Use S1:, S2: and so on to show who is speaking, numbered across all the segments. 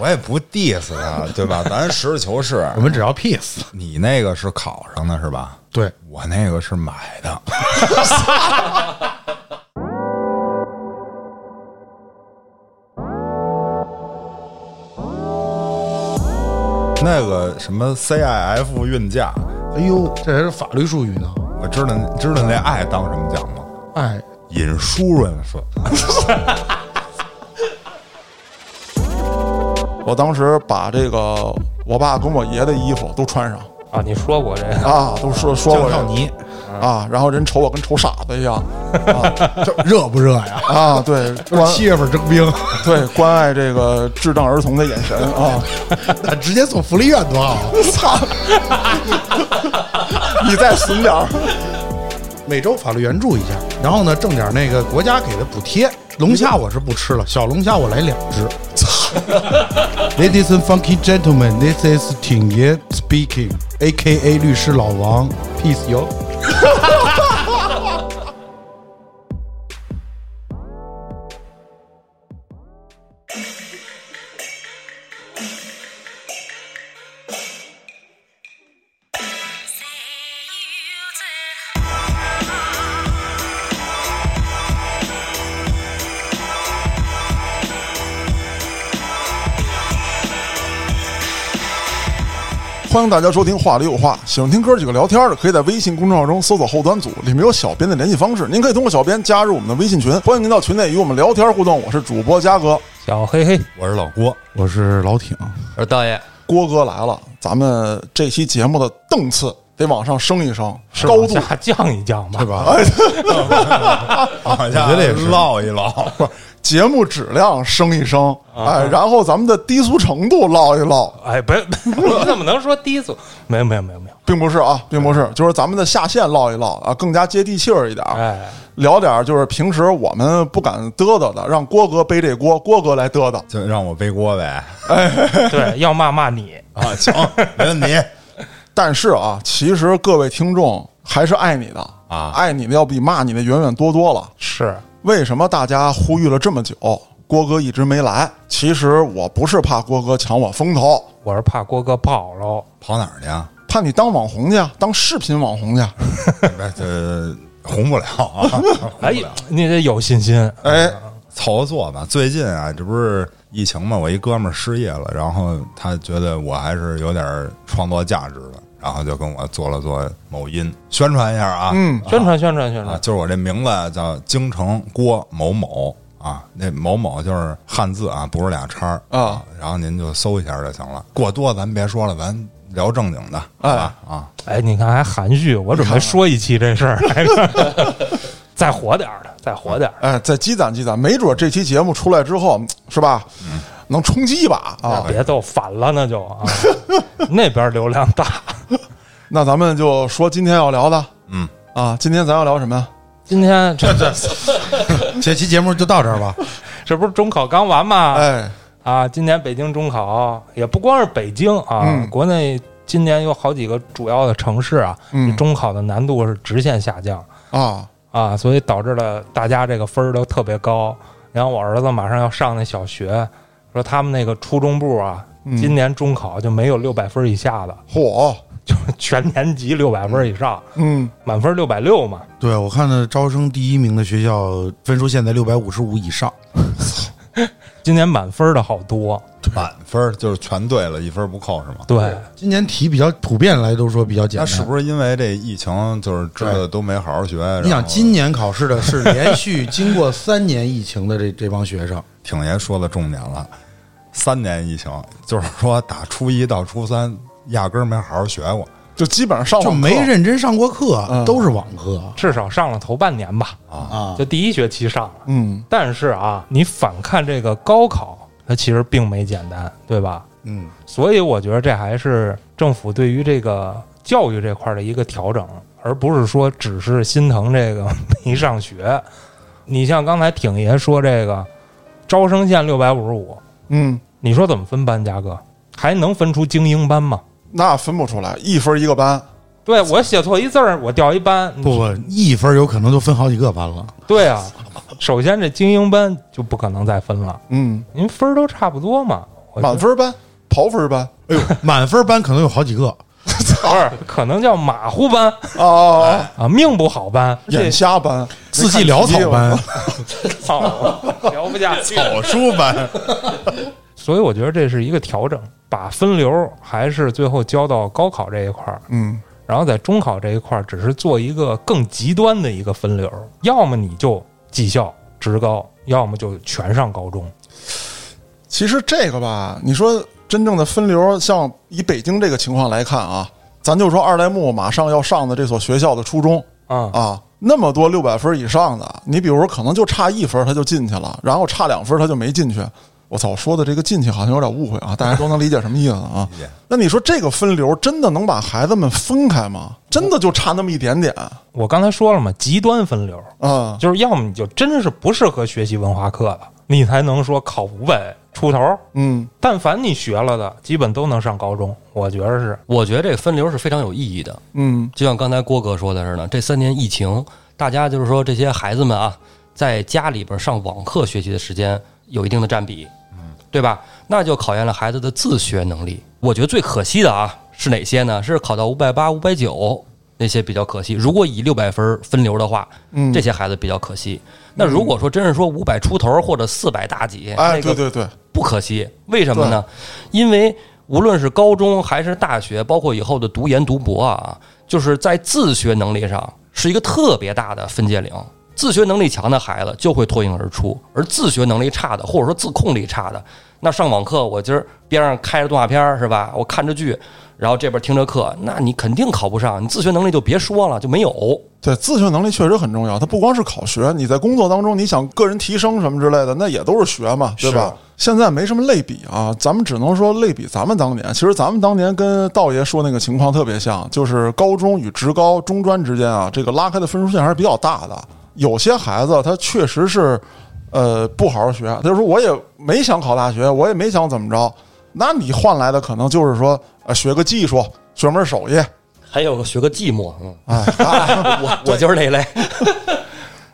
S1: 我也不 diss 他，对吧？咱实事求是。
S2: 我们只要 peace。
S1: 你那个是考上的是吧？
S2: 嗯对，
S1: 我那个是买的。 那个什么 CIF 运价，
S2: 哎呦，这还是法律术语呢。
S1: 我知道知道那爱当什么奖吗？
S2: 哎，
S1: 引输润 色。
S3: 我当时把这个我爸跟我爷的衣服都穿上
S4: 啊，你说过这个，
S3: 啊，都说说
S2: 江
S3: 我
S2: 少
S3: 这
S2: 尼
S3: 啊，然后人瞅我跟瞅傻子一 样
S2: 这热不热呀？
S3: 啊，对关
S2: 七月份征兵，
S3: 对关爱这个智障儿童的眼神啊，
S2: 那 直接送福利院多好。
S3: 操，你再损点儿，
S2: 每周法律援助一下，然后呢挣点那个国家给的补贴。龙虾我是不吃了，小龙虾我来两只。Ladies and funky gentlemen, this is 挺爷 speaking, A.K.A 律师老王，peace yo。
S3: 欢迎大家收听《话里有话》，喜欢听哥几个聊天的，可以在微信公众号中搜索“后端组”，里面有小编的联系方式，您可以通过小编加入我们的微信群， 欢迎您到群内与我们聊天互动。我是主播嘉哥，
S4: 小黑黑，
S1: 我是老郭，
S2: 我是老挺，啊
S4: 我说导演，
S3: 郭哥来了，咱们这期节目的档次得往上升一升，
S4: 是
S3: 高
S4: 往
S3: 度
S4: 下降一降吧
S2: 对，吧？
S1: 往下
S2: 啊我觉得也是
S1: 唠一唠。
S3: 节目质量升一升，哎，然后咱们的低俗程度唠一唠，
S4: 哎，不， 你怎么能说低俗？没有，没有，没有，没有。
S3: 并不是啊，并不是，就是咱们的下限唠一唠啊，更加接地气儿一点，
S4: 哎，
S3: 聊点儿就是平时我们不敢嘚瑟的，让郭哥背这锅，郭哥来嘚瑟。
S1: 就让我背锅呗。
S4: 对，要骂骂你，
S1: 啊，行， 没问题。
S3: 但是啊，其实各位听众还是爱你的
S1: 啊
S3: 爱你的要比骂你的远远多多了。
S4: 是
S3: 为什么大家呼吁了这么久，郭哥一直没来？其实我不是怕郭哥抢我风头，
S4: 我是怕郭哥跑喽。
S1: 跑哪儿去啊？
S3: 怕你当网红去，啊当视频网红去。啊
S1: 这红不了啊，
S4: 哎，你得有信心。
S1: 嗯
S3: 哎，
S1: 凑合做吧。最近啊，这不是疫情嘛，我一哥们儿失业了，然后他觉得我还是有点创作价值的，然后就跟我做了做某音宣传一下啊。
S3: 嗯，
S4: 宣传宣传宣
S1: 啊，
S4: 传，
S1: 就是我这名字叫京城郭某某啊，那某某就是汉字啊，不是俩叉儿
S3: 啊。
S1: 然后您就搜一下就行了。过多咱别说了，咱聊正经的，
S3: 哎
S1: 啊啊，
S4: 哎，你看还含蓄，我准备说一期这事儿，来着再火点儿的，再火点儿的。
S3: 哎，再积攒积攒，没准这期节目出来之后，是吧？能冲击一把啊！
S4: 别都反了，那就啊， 那边流量大。
S3: 那咱们就说今天要聊的，
S1: 嗯
S3: 啊，今天咱要聊什么呀？
S4: 今天这这
S2: 这期节目就到这儿吧。
S4: 这不是中考刚完吗？
S3: 哎，
S4: 啊，今年北京中考也不光是北京啊，
S3: 嗯
S4: 国内今年有好几个主要的城市啊，
S3: 嗯
S4: 中考的难度是直线下降
S3: 啊，
S4: 啊，所以导致了大家这个分儿都特别高。然后我儿子马上要上那小学，说他们那个初中部啊，
S3: 嗯
S4: 今年中考就没有六百分以下的，
S3: 火，
S4: 就是全年级六百分以上，
S3: 嗯，
S4: 满分六百六嘛。
S2: 对，啊我看到招生第一名的学校分数线在六百五十五以上，
S4: 今年满分的好多，
S1: 满分儿就是全对了，一分儿不扣是吗？
S4: 对，
S2: 今年题比较普遍来都说比较简
S1: 那
S2: 单。
S1: 是不是因为这疫情，就是知道都没好好学？
S2: 你
S1: 然
S2: 想，
S1: 后
S2: 今年考试的是连续经过三年疫情的这 这帮学生，
S1: 挺爷说的重点了，三年疫情，就是说打初一到初三压根儿没好好学过
S3: 就基本上上
S2: 就
S3: 网课
S2: 没认真上过课，
S3: 嗯
S2: 都是网课
S4: 至少上了头半年吧，
S1: 啊。
S2: 啊
S4: 就。第一学期上了。
S3: 嗯，
S4: 但是啊，你反看这个高考，它其实并没简单，对吧？
S2: 嗯，
S4: 所以我觉得这还是政府对于这个教育这块的一个调整，而不是说只是心疼这个没上学。你像刚才挺爷说这个招生线六百五十五，
S3: 嗯，
S4: 你说怎么分班，嘉哥？还能分出精英班吗？
S3: 那分不出来，一分一个班，
S4: 对我写错一字儿，我掉一班。
S2: 不不，一分有可能就分好几个班 了。
S4: 对啊，首先这精英班就不可能再分了，
S3: 嗯，
S4: 您分儿都差不多嘛。我觉
S3: 满
S4: 得
S3: 分班、刨分班
S2: 哎呦，满分班可能有好几个，
S4: 不是，可能叫马虎班
S3: 啊，
S4: 啊，命不好班，
S3: 眼瞎班、
S2: 字迹潦草班，
S4: 操，聊不下去。
S1: 草书班，
S4: 所以我觉得这是一个调整，把分流还是最后交到高考这一块儿，
S3: 嗯，
S4: 然后在中考这一块儿只是做一个更极端的一个分流，要么你就技校、职高，要么就全上高中。
S3: 其实这个吧，你说真正的分流，像以北京这个情况来看啊，咱就说二代目马上要上的这所学校的初中
S4: 啊、
S3: 啊，那么多六百分以上的，你比如说可能就差一分他就进去了，然后差两分他就没进去。我操，说的这个进去好像有点误会啊，大家都能理解什么意思啊
S1: 理解？
S3: 那你说这个分流真的能把孩子们分开吗？真的就差那么一点点
S4: 我刚才说了嘛，极端分流
S3: 啊？
S4: 就是要么你就真是不适合学习文化课了，你才能说考五本出头。
S3: 嗯，
S4: 但凡你学了的，基本都能上高中，我觉得是。
S5: 我觉得这个分流是非常有意义的。
S3: 嗯，
S5: 就像刚才郭哥说的似的，这三年疫情，大家就是说这些孩子们啊，在家里边上网课学习的时间有一定的占比，对吧？那就考验了孩子的自学能力。我觉得最可惜的啊是哪些呢？是考到五百八、五百九那些比较可惜。如果以六百分分流的话，
S3: 嗯
S5: 这些孩子比较可惜。那如果说真是说五百出头或者四百大几，
S3: 哎，
S5: 那个
S3: 对对对，
S5: 不可惜。为什么呢？因为无论是高中还是大学，包括以后的读研读博啊，就是在自学能力上是一个特别大的分界岭。自学能力强的孩子就会脱颖而出，而自学能力差的，或者说自控力差的，那上网课我今儿边上开着动画片儿是吧？我看着剧，然后这边听着课，那你肯定考不上。你自学能力就别说了，就没有。
S3: 对，自学能力确实很重要。它不光是考学，你在工作当中，你想个人提升什么之类的，那也都是学嘛，对吧？现在没什么类比啊，咱们只能说类比咱们当年。其实咱们当年跟道爷说那个情况特别像，就是高中与职高、中专之间啊，这个拉开的分数线还是比较大的。有些孩子他确实是，呃，不好好学，他就说我也没想考大学，我也没想怎么着。那你换来的可能就是说，呃，学个技术，学门手艺，
S5: 还有学个寂寞，嗯，
S3: 哎，
S5: 我我就是那类。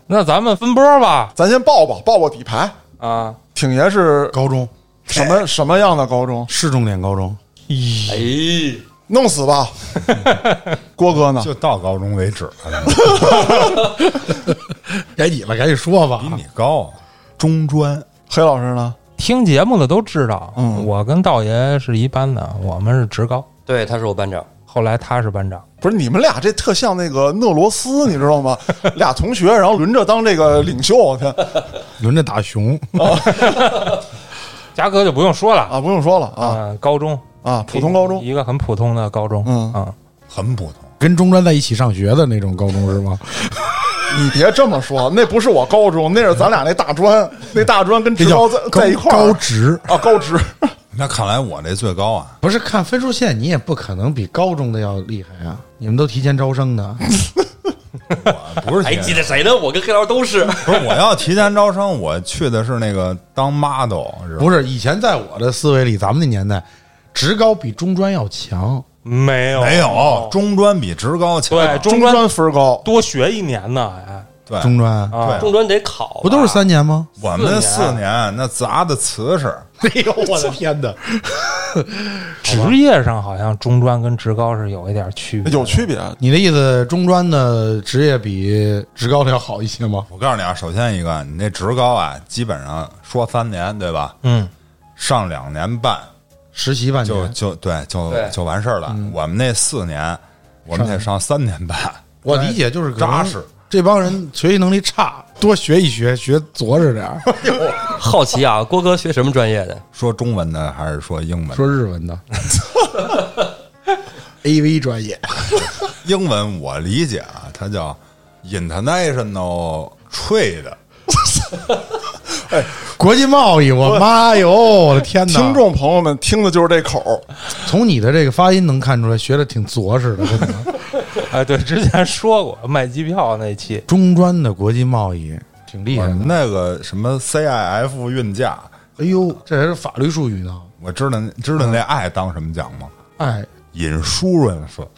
S4: 那咱们分波吧，
S3: 咱先报报报报底牌。
S4: 啊，
S3: 挺爷是
S2: 高中
S3: 什么什么样的高中？
S2: 市重点高中，
S5: 哎，
S3: 弄死 吧！郭哥呢？
S1: 就到高中为止了，
S2: 该哎你了，赶紧说吧
S1: 比。你高啊，中专。
S3: 黑老师呢？
S4: 听节目的都知道，
S3: 嗯
S4: 我跟道爷是一班的，我们是职高，
S5: 对，他是我班长。
S4: 后来他是班长，
S3: 不是你们俩这特像那个讷罗 斯，你知道吗？俩同学，然后轮着当这个领袖，我天
S2: 轮着打熊，
S4: 嘉哥就不用说了
S3: 啊！不用说了
S4: 啊、
S3: 啊
S4: 高中
S3: 啊！普通高中，
S4: 一个很普通的高中，
S3: 嗯
S4: 啊，
S1: 很普通，
S2: 跟中专在一起上学的那种高中是吗？
S3: 你别这么说，那不是我高中，那是咱俩那大 专，那大专跟
S2: 这
S3: 职
S2: 叫
S3: 哎高在
S2: 高
S3: 在一块儿
S2: 高职，
S3: 啊，高职
S1: 那看来我这最高 啊！
S2: 不是看分数线，你也不可能比高中的要厉害啊！你们都提前招生的，
S1: 我不 是
S5: 还
S1: 提
S5: 记得哎谁呢？我跟黑老师都是。
S1: 不是我要提前招生，我去的是那个当 model，是吧
S2: 不是以前在我的思维里，咱们那年代，职高比中专要强，
S4: 没有
S1: 没有中专比职高强，
S4: 哦对中
S3: 中
S4: 专
S3: 专分高，
S4: 多学一年呢，哎
S1: 对，
S2: 中专
S4: 啊
S1: 对
S5: 中专得考，
S2: 不都是？三年吗？
S1: 我们四年那砸的瓷实，
S2: 哎呦我的天哪！
S4: 职业上好像中专跟职高是有一点区别，
S3: 有区别。
S2: 你的意思，中专的职业比职高的要好一些吗？
S1: 我告诉你啊，首先一个，你那职高啊，基本上说三年对吧？
S4: 嗯，
S1: 上两年半
S2: 实习半
S1: 就
S2: 年，
S1: 就对就
S5: 对
S1: 就完事儿了。我们那四年，我们得上三年半，
S2: 我理解就是可能
S1: 扎实。
S2: 这帮人学习能力差，多学一学，学着实点儿。
S5: 好奇啊，郭哥学什么专业的？
S1: 说中文的还是说英文？
S2: 说日文的 ，A V 专业，
S1: 英文我理解啊，它叫 international trade。
S2: 国际贸易，我妈哟，我的天哪！
S3: 听众朋友们听的就是这口儿，
S2: 从你的这个发音能看出来，学的挺着实的。真的
S4: 哎，对，之前说过卖机票那期，
S2: 中专的国际贸易挺厉
S1: 我
S2: 害
S1: 们
S2: 的。
S1: 那个什么 CIF 运价，
S2: 哎呦，这还是法律术语呢。
S1: 我知道知道那爱当什么奖吗？
S2: 哎，
S1: 引输润色，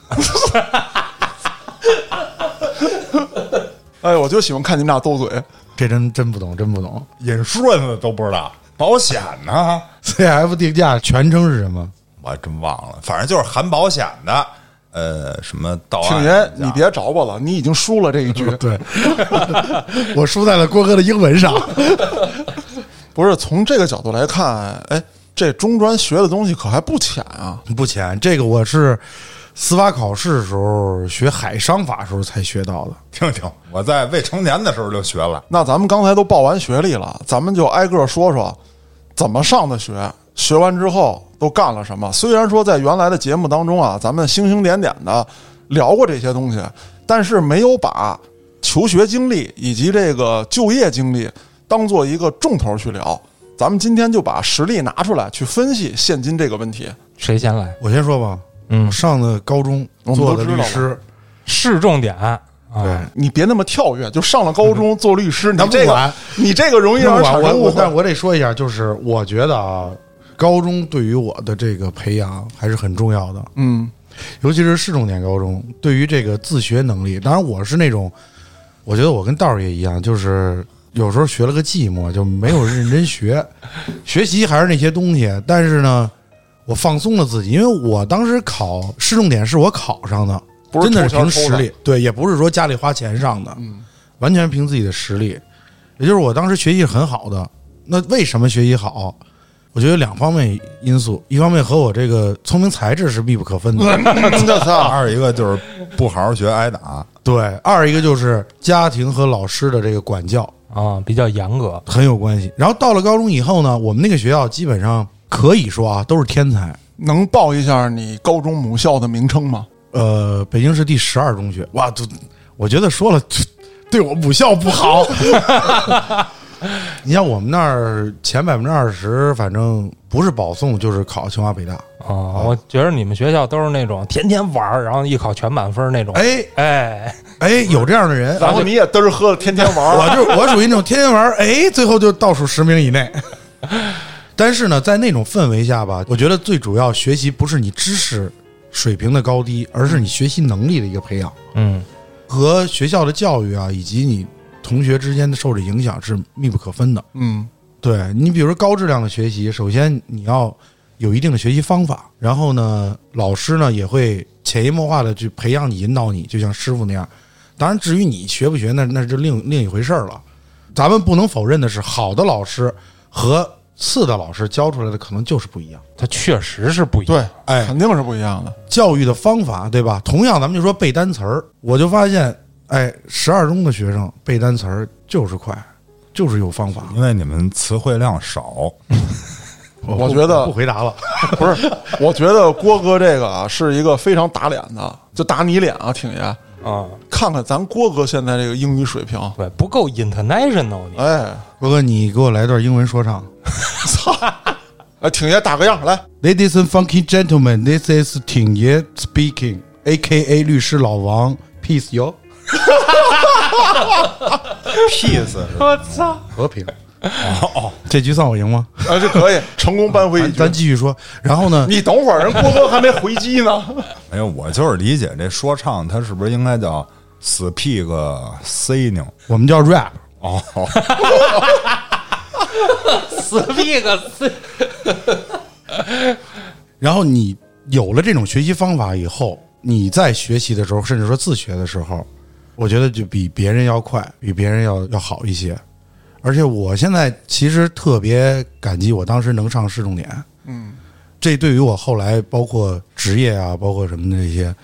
S3: 哎，我就喜欢看你们俩斗嘴。哎
S2: 这真真不懂，真不懂。
S1: 引输润色都不知道。保险呢？
S2: CF 定价全称是什么？
S1: 我还真忘了，反正就是含保险的，呃，什么到案
S3: 庆
S1: 价
S3: 爷，你别找我了，你已经输了这一局。
S2: 对， 我输在了郭哥的英文上。
S3: 不是从这个角度来看，哎，这中专学的东西可还不浅啊。
S2: 不浅，这个我是司法考试的时候学海商法的时候才学到的。
S1: 听听，我在未成年的时候就学 了，
S3: 那咱们刚才都报完学历了，咱们就挨个说说怎么上的学，学完之后都干了什么。虽然说在原来的节目当中啊，咱们星星点点的聊过这些东西，但是没有把求学经历以及这个就业经历当做一个重头去聊。咱们今天就把实例拿出来去分析现今这个问题。
S4: 谁先来？
S2: 我先说吧，
S4: 嗯
S2: 我，上的高中
S3: 我们
S2: 做
S3: 都
S2: 的
S3: 知道
S2: 律师，
S4: 是重点啊，
S2: 对，
S3: 你别那么跳跃，就上了高中做律师，你这
S2: 不
S3: 个
S2: 管
S3: 你这个容易让
S2: 那
S3: 人
S2: 我
S3: 产生
S2: 我
S3: 误
S2: 我，但
S3: 会。
S2: 我得说一下，就是我觉得啊，高中对于我的这个培养还是很重要的，
S3: 嗯，
S2: 尤其是市重点高中，对于这个自学能力，当然我是那种，我觉得我跟道儿也一样，就是有时候学了个寂寞，就没有认真学， 学习还是那些东西，但是呢，我放松了自己，因为我当时考市重点是我考上的，
S3: 不是
S2: 真的是
S3: 抽签
S2: 凭
S3: 抽
S2: 实
S3: 的嗯
S2: 力，对，也不是说家里花钱上的，完全凭自己的实力。也就是我当时学习是很好的，那为什么学习好？我觉得有两方面因素，一方面和我这个聪明才智是密不可分的，
S3: 这操，
S1: 二一个就是不好好学挨打，
S2: 对；二一个就是家庭和老师的这个管教
S4: 啊，比较严格，
S2: 很有关系。然后到了高中以后呢，我们那个学校基本上可以说啊都是天才，
S3: 能报一下你高中母校的名称吗？
S2: 呃，北京市第十二中学，哇，都我觉得说了这对我母校不好。 你像我们那儿前百分之二十，反正不是保送就是考清华北大。
S4: 啊，
S3: 哦
S4: 我觉得你们学校都是那种天天玩儿，然后一考全满分那种。
S2: 哎
S4: 哎，
S2: 哎，有这样的人，
S3: 然后你也嘚儿喝了，天天 玩
S2: 我
S3: 儿。
S2: 就我属于那种天天玩儿，哎，最后就倒数十名以 内。但是呢，在那种氛围下吧，我觉得最主要学习不是你知识水平的高低，而是你学习能力的一个培养。
S4: 嗯，
S2: 和学校的教育啊，以及你同学之间的受的影响是密不可分的。
S3: 嗯，
S2: 对你，比如说高质量的学习，首先你要有一定的学习方法，然后呢，老师呢也会潜移默化的去培养你、引导你，就像师傅那样。当然，至于你学不学，那那是另另一回事儿了。咱们不能否认的是，好的老师和次的老师教出来的可能就是不一样。
S4: 它确实是不一样。
S3: 对，
S2: 哎
S3: 肯定是不一样的。
S2: 教育的方法，对吧？同样，咱们就说背单词儿，我就发现，哎，十二中的学生背单词儿就是快，就是有方法。
S1: 因为你们词汇量少，
S2: 我
S3: 我
S2: 不
S3: 觉得
S2: 不回答了，
S3: 不是，我觉得郭哥这个啊是一个非常打脸的，就打你脸啊，挺爷。
S4: 啊，
S3: 看看咱郭哥现在这个英语水平，
S4: 对，不够 international 你。
S3: 哎
S2: 郭哥，你给我来段英文说唱。
S3: 哎，挺爷打个样来，
S2: Ladies and funky gentlemen, this is 挺爷 speaking, A.K.A 律师老王，peace 哟，
S1: peace
S4: 我操！
S2: 和平。哦，这局算我赢吗？
S3: 哎，这可以成功扳回一
S2: 咱
S3: 局。
S2: 咱继续说。然后呢？
S3: 你等会儿，人郭哥还没回击呢。
S1: 没有，哎我就是理解这说唱，它是不是应该叫 speak singing？
S2: 我们叫 rap，
S1: 哦，
S5: 死逼个 死！
S2: 然后你有了这种学习方法以后，你在学习的时候，甚至说自学的时候，我觉得就比别人要快，比别人要要好一些。而且我现在其实特别感激我当时能上市重点，嗯，这对于我后来包括职业啊，包括什么的这些，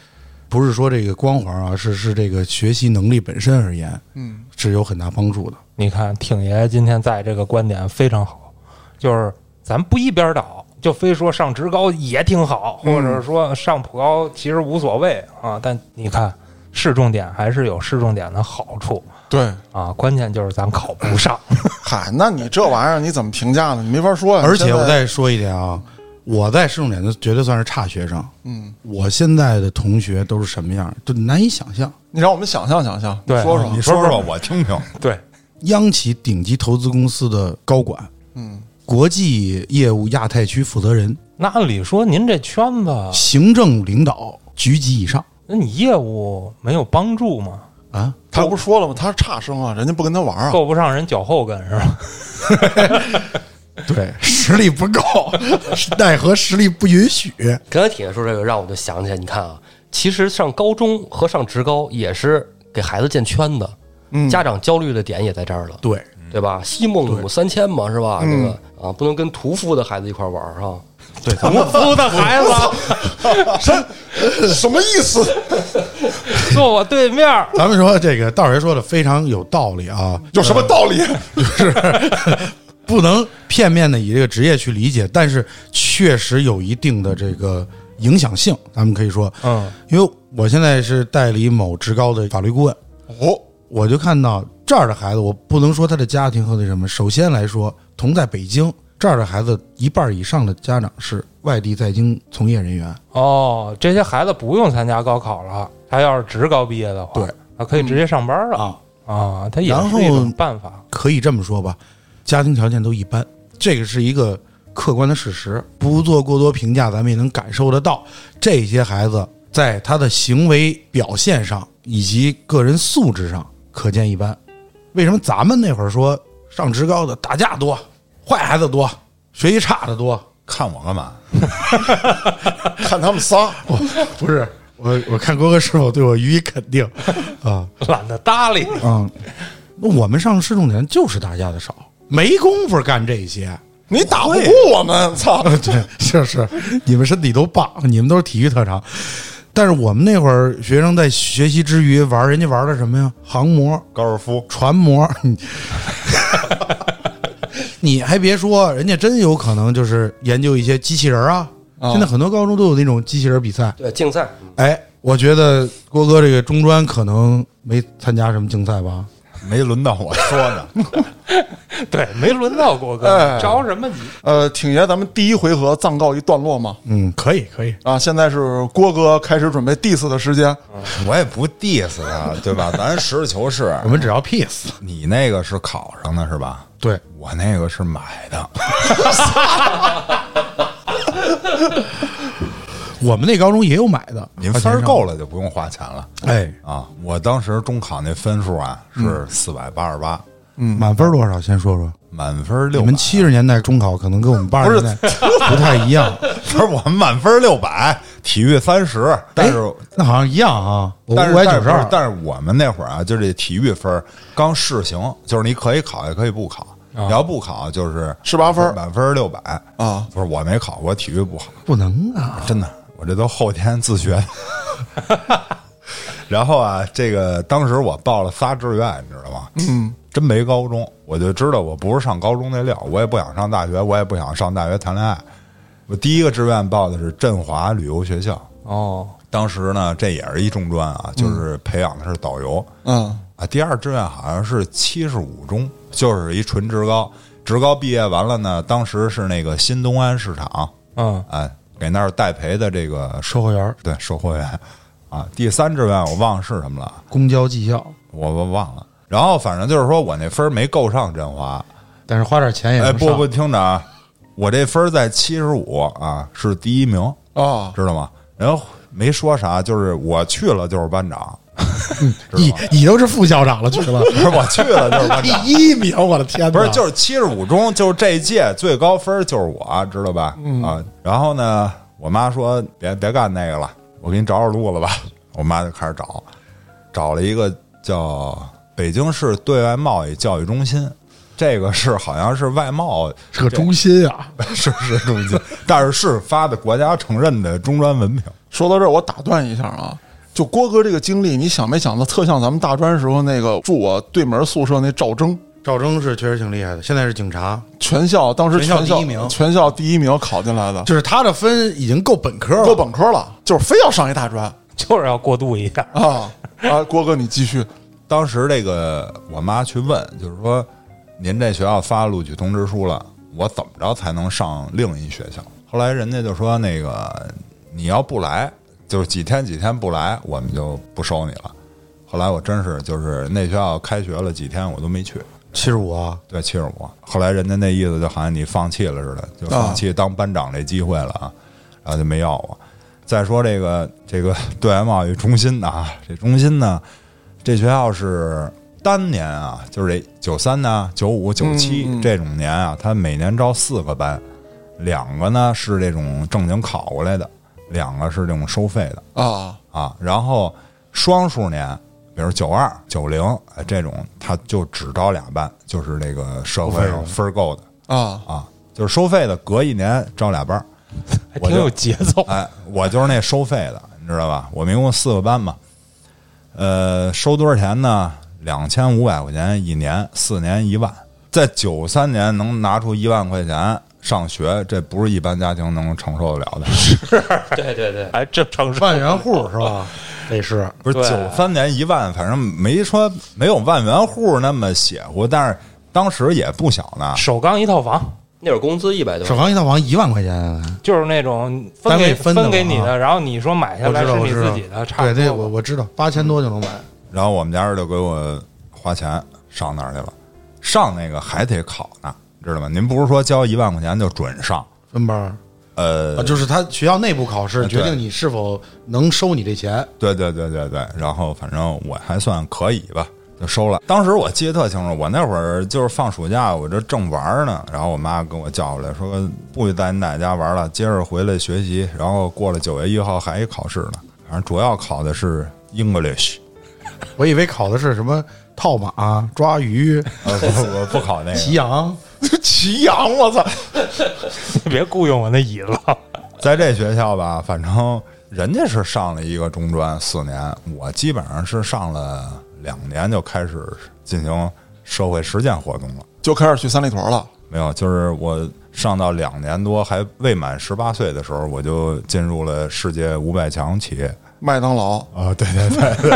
S2: 不是说这个光环啊，是是这个学习能力本身而言，嗯，是有很大帮助的。
S4: 你看，挺爷今天在这个观点非常好，就是咱不一边倒，就非说上职高也挺好，或者说上普高其实无所谓啊。但你看，市重点还是有市重点的好处
S3: 对，
S4: 啊，关键就是咱考不上。
S3: 嗨，那你这玩意儿你怎么评价呢？你没法说呀。
S2: 而且我
S3: 在
S2: 再说一点啊，我在市重点的绝对算是差学生。嗯，我现在的同学都是什么样，就难以想象。
S3: 你让我们想象想象，
S4: 对
S3: 说 说
S1: 啊你说说我听听，
S4: 对，
S2: 央企顶级投资公司的高管，嗯，国际业务亚太区负责人，
S4: 那按理说您这圈子，
S2: 行政领导，局级以上
S4: 那你业务没有帮助吗？
S2: 啊。
S3: 他啊不是说了吗？他是差生啊，人家不跟他玩啊。
S4: 够不上人脚后跟是吧？
S2: 对，实力不够， 奈何实力不允许。
S5: 刚才铁爷说这个，让我就想起来，你看啊，其实上高中和上职高也是给孩子建圈子，家长焦虑的点也在这儿了，
S2: 对，
S5: 对吧？西孟母三迁嘛，是吧？这个啊，不能跟屠夫的孩子一块玩儿哈。
S2: 对，咱
S4: 屠夫的孩子
S3: 什么意思？
S4: 坐我对面儿，
S2: 咱们说这个道爷说的非常有道理 啊，
S3: 有什么道理？
S2: 不能片面的以这个职业去理解，但是确实有一定的这个影响性，咱们可以说，
S4: 嗯，
S2: 因为我现在是代理某职高的法律顾问，
S3: 哦，
S2: 我就看到这儿的孩子，我不能说他的家庭和那什么，首先来说，同在北京这儿的孩子，一半以上的家长是外地在京从业人员，
S4: 哦，这些孩子不用参加高考了，他要是职高毕业的话，
S2: 对，
S4: 啊，可以直接上班了
S2: 啊
S4: 啊，他也
S2: 然后
S4: 是一种办法，
S2: 可以这么说吧，家庭条件都一般，这个是一个客观的事实，不做过多评价，咱们也能感受得到，这些孩子在他的行为表现上以及个人素质上可见一斑。为什么咱们那会儿说上职高的打架多，坏孩子多，学习差的多？
S1: 看我干嘛？
S3: 看他们仨，
S2: 不是我，我看郭哥是否对我予以肯 定啊？
S4: 懒得搭理。
S2: 嗯，那我们上市重点就是打架的少，没工夫干这些。
S3: 你打不过我们， 操！
S2: 对， 就是你们身体都棒，你们都是体育特长。但是我们那会儿学生在学习之余玩，人家玩的什么呀？航模、
S1: 高尔夫
S2: 船模。你 你还别说，人家真有可能就是研究一些机器人啊。现在很多高中都有那种机器人比赛，
S5: 对，竞赛，
S2: 哎，我觉得郭哥这个中专可能没参加什么竞赛吧？
S1: 没轮到我说呢，
S4: 对，没轮到郭哥，
S3: 哎
S4: 着什么急？
S3: 呃，挺爷，咱们第一回合暂告一段落嘛。
S2: 嗯，可以，可以。
S3: 啊，现在是郭哥开始准备 diss 的时间。
S1: 我也不 diss 他，对吧？咱实事求是
S2: 我。们只要 peace。
S1: 你那个是考上的是吧？
S2: 对，
S1: 我那个是买 的，
S2: 我们那高中也有买的，
S1: 您
S2: 花钱
S1: 分儿
S2: 上
S1: 够了就不用花钱了
S2: 哎，
S1: 啊！我当时中考那分数啊
S2: 嗯
S1: 是四百八十八，
S2: 满分多少？先说说。
S1: 满分
S2: 你
S1: 六百
S2: 们，七十年代中考可能跟我们八十
S1: 不是
S2: 年代不太一样，
S1: 不是我们满分六百，体育三十，但是
S2: 那好像一样啊。哎我
S1: 但
S2: 五
S1: 是
S2: 百
S1: 但
S2: 九
S1: 是
S2: 十
S1: 不是
S2: 二，
S1: 但是我们那会儿啊，就是这体育分儿刚试行，就是你可以考也可以不考，
S2: 啊
S1: 你要不考就是
S3: 18分儿
S1: 满分六百
S3: 啊。
S1: 不是我没考，我体育不好，
S2: 不能啊。
S1: 真的，我这都后天自学的。 然后啊，这个当时我报了仨志愿，你知道吗？嗯，真没高中，我就知道我不是上高中那料，我也不想上大学，我也不想上大学谈恋爱。我第一个志愿报的是振华旅游学校，
S4: 哦，
S1: 当时呢，这也是一中专啊，就是培养的是导游。
S3: 嗯，
S1: 啊，第二志愿好像是七十五中，就是一纯职高。职高毕业完了呢，当时是那个新东安市场，
S4: 嗯，
S1: 哎，给那儿代培的这个
S2: 售货员，
S1: 对售货员啊。第三志愿我忘了是什么了，
S2: 公交技校，
S1: 我我忘了。然后反正就是说我那分儿没够上振华，
S2: 但是花点钱也
S1: 哎，
S2: 能
S1: 不
S2: 上
S1: 不，听着啊，我这分儿在七十五啊，是第一名，
S3: 啊，
S1: 知道吗？然后没说啥，就是我去了就是班长，
S2: 你你都是 副校长了去了，
S1: 不是我去了就是班
S2: 第
S1: 长。
S2: 一名，我的天哪！
S1: 不是，就是七十五中，就是这一届最高分就是我，知道吧？啊，然后呢，我妈说别别干那个了，我给你找找路子吧。我妈就开始找，找了一个叫北京市对外贸易教育中心，这个是好像是外贸
S2: 是个中心 啊。
S1: 是是中 心，但是是发的国家承认的中专文凭。
S3: 说到这儿，我打断一下啊。就郭哥这个经历，你想没想到特像咱们大专时候那个住我对门宿舍那赵征，
S2: 赵征是确实挺厉害的，现在是警察，
S3: 全校当时
S2: 全校
S3: 全校
S2: 第一名
S3: 全校第一名考进来的，
S2: 就是他的分已经够本科了，
S3: 过本科了，就是非要上一大专
S4: 就是要过渡一下。
S3: 啊啊！郭哥，你继续，
S1: 当时这个我妈去问，就是说您这学校发录取通知书了，我怎么着才能上另一学校？后来人家就说那个你要不来，就是几天几天不来，我们就不收你了。后来我真是就是那学校开学了几天我都没去，
S2: 七十五啊，
S1: 对，七十五。后来人家那意思就好像你放弃了似的，就
S3: 啊
S1: 放弃当班长这机会了啊，然后就没要我。再说这 个这个对外贸易中心啊，这中心呢，这学校是单年啊，就是这九三呢、九五、九七
S3: 嗯嗯
S1: 这种年啊，他每年招四个班，两个呢是这种正经考过来的，两个是这种收费的
S3: 啊，
S1: 啊。然后双数年，比如九二、九零哎这种，他就只招俩班，就是这个社会
S2: 收费的
S1: 分儿够的
S3: 啊，
S1: 啊，就是收费的，隔一年招俩班儿。
S4: 还
S1: 我
S4: 挺
S1: 就
S4: 有节奏。
S1: 哎，我就是那收费的，你知道吧？我们一共四个班嘛，呃，收多少钱呢？两千五百块钱一年，四年一万。在九三年能拿出一万块钱上学，这不是一般家庭能承受得了的。
S5: 对对对，
S4: 哎，这城市
S2: 万元户是吧？得是
S1: 不是
S5: 对
S1: 九三年一万，反正没说没有万元户那么写乎，但是当时也不小呢。
S4: 首钢一套房，
S5: 那会儿工资一百多
S2: 首，钢一套房一万块钱，啊
S4: 就是那种
S2: 单
S4: 分
S2: 位
S4: 给
S2: 分的
S4: 分给
S2: 嘛
S4: 你
S2: 啊
S4: 的，然后你说买下
S2: 我
S4: 来
S2: 知
S4: 是
S2: 道，我
S4: 你
S2: 知
S4: 自
S2: 道
S4: 己的，，差
S2: 对
S4: 不
S2: 对，
S4: 多吧
S2: 我我知道，八千多就能买。
S1: 然后我们家人就给我花钱上那儿去了，上那个还得考呢，知道吗？您不是说交一万块钱就准上？
S2: 分班儿
S1: 呃
S2: 啊，，就是他学校内部考试
S1: 对
S2: 决定你是否能收你这钱。
S1: 对对对对对，然后反正我还算可以吧，就收了。当时我记得特清楚，我那会儿就是放暑假，我这正玩儿呢，然后我妈跟我叫过来说，不许在你奶奶家玩了，接着回来学习。然后过了九月一号还一考试呢，反正主要考的是 English，
S2: 我以为考的是什么套马、抓鱼、
S1: 呃，不我不考那个。
S2: 骑羊，
S3: 祁阳，我操，
S4: 别雇佣我那椅子了。
S1: 在这学校吧，反正人家是上了一个中专四年，我基本上是上了两年就开始进行社会实践活动了。
S3: 就开始去三里屯了。
S1: 没有，就是我上到两年多还未满十八岁的时候，我就进入了世界五百强企业。
S3: 麦当劳，
S1: 啊、对对对，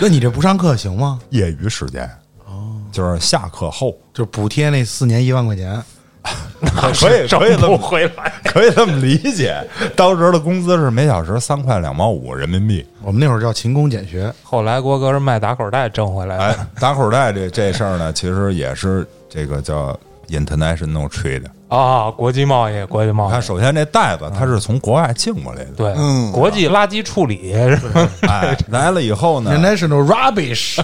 S2: 那你这不上课行吗？
S1: 业余时间哦，就是下课后，
S2: 就补贴那四年一万块钱，
S1: 可以可以这
S4: 不
S1: 么
S4: 回来，
S1: 可以这么理解。当时的工资是每小时三块两毛五人民币。
S2: 我们那会儿叫勤工俭学，
S4: 后来郭哥是卖打口袋挣回来的，
S1: 哎，打口袋这这事儿呢，其实也是这个叫 international trade。
S4: 啊，国际贸易，国际贸
S1: 它
S4: 易，
S1: 首先这袋子它是从国外进过来的，
S4: 对，
S3: 嗯
S4: 国际垃圾处理，
S1: 哎，来了以后
S2: 啊
S1: 呢，
S2: international rubbish，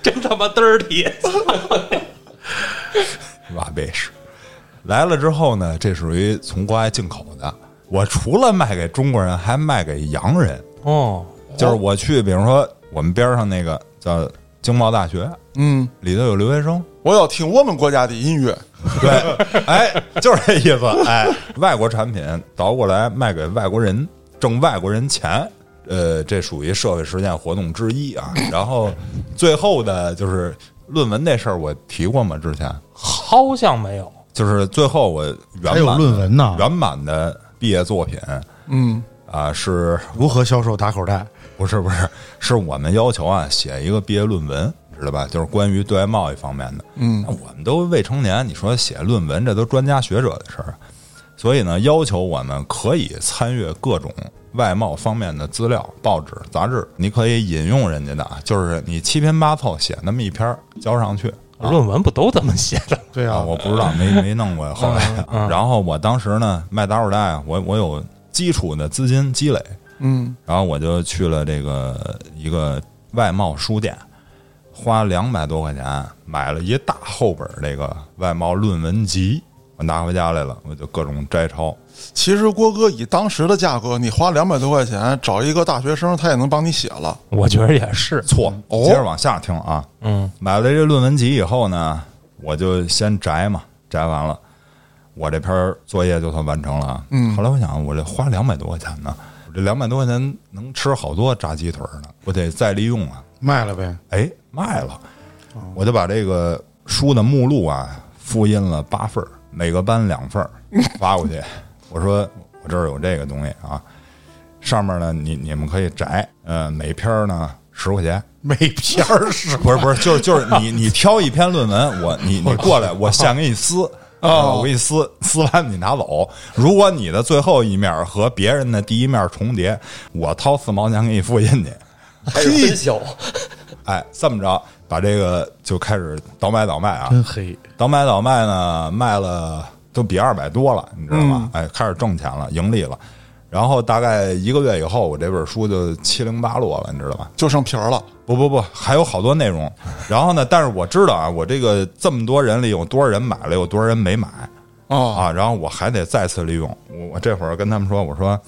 S5: 真他妈嘚儿体，
S1: rubbish。来了之后呢，这属于从国外进口的。我除了卖给中国人，还卖给洋人。
S4: 哦，
S1: 就是我去，比如说我们边上那个叫经贸大学，
S3: 嗯，
S1: 里头有留学生。
S3: 我要听我们国家的音乐，
S1: 对，哎，就是这意思。哎，外国产品倒过来卖给外国人，挣外国人钱。呃，这属于社会实践活动之一啊。然后最后的就是论文那事儿，我提过吗？之前
S4: 好像没有，
S1: 就是最后我
S2: 还
S1: 圆
S2: 有
S1: 满
S2: 论文呢，
S1: 圆满的毕业作品
S3: 啊嗯，
S1: 啊，是
S2: 如何销售打口袋？
S1: 不是不是？是我们要求啊，写一个毕业论文，知道吧？就是关于对外贸易方面的。
S3: 嗯
S1: 那我们都未成年，你说写论文，这都专家学者的事儿。啊所以呢，要求我们可以参阅各种外贸方面的资料、报纸、杂志，你可以引用人家的啊，就是你七拼八凑写那么一篇儿交上去。
S4: 论文不都这么写的？嗯
S2: 对
S1: 啊，
S2: 啊，
S1: 我不知道，没没弄 过后来。然后我当时呢卖打口袋啊，我我有基础的资金积累，
S3: 嗯，
S1: 然后我就去了这个一个外贸书店，花两百多块钱买了一大厚本儿这个外贸论文集，我拿回家来了，我就各种摘抄。
S3: 其实郭哥以当时的价格，你花两百多块钱找一个大学生，他也能帮你写了。
S4: 我觉得也是，
S1: 错，
S3: 哦
S1: 接着往下听啊。
S4: 嗯，
S1: 买了这论文集以后呢，我就先摘嘛，摘完了，我这篇作业就算完成了啊。
S3: 嗯
S1: 后来我想，我这花两百多块钱呢，我这两百多块钱能吃好多炸鸡腿儿呢，我得再利用啊。
S2: 卖了呗，
S1: 哎，卖了，我就把这个书的目录啊复印了八份儿，每个班两份儿发过去。 我说我这儿有这个东西啊，上面呢你你们可以摘，呃，每篇儿呢十块钱。
S2: 每篇儿是
S1: 不是不是，就是就是你你挑一篇论文，我你你过 来，我现给你撕。
S2: 哦
S1: 啊，我给你撕，撕完你拿走。如果你的最后一面儿和别人的第一面儿重叠，我掏四毛钱给你复印去。
S5: 还是分销，
S1: 哎，这么着，把这个就开始倒卖倒卖啊，
S2: 真黑，
S1: 倒卖倒卖呢，卖了都比二百多了，你知道吗？哎，开始挣钱了，盈利了。然后大概一个月以后，我这本书就七零八落了，你知道吧？
S3: 就剩皮儿了。
S1: 不不不，还有好多内容。然后呢，但是我知道啊，我这个这么多人里有多少人买了，有多少人没买
S3: 哦，
S1: 啊？然后我还得再次利用。我我这会儿跟他们说，我说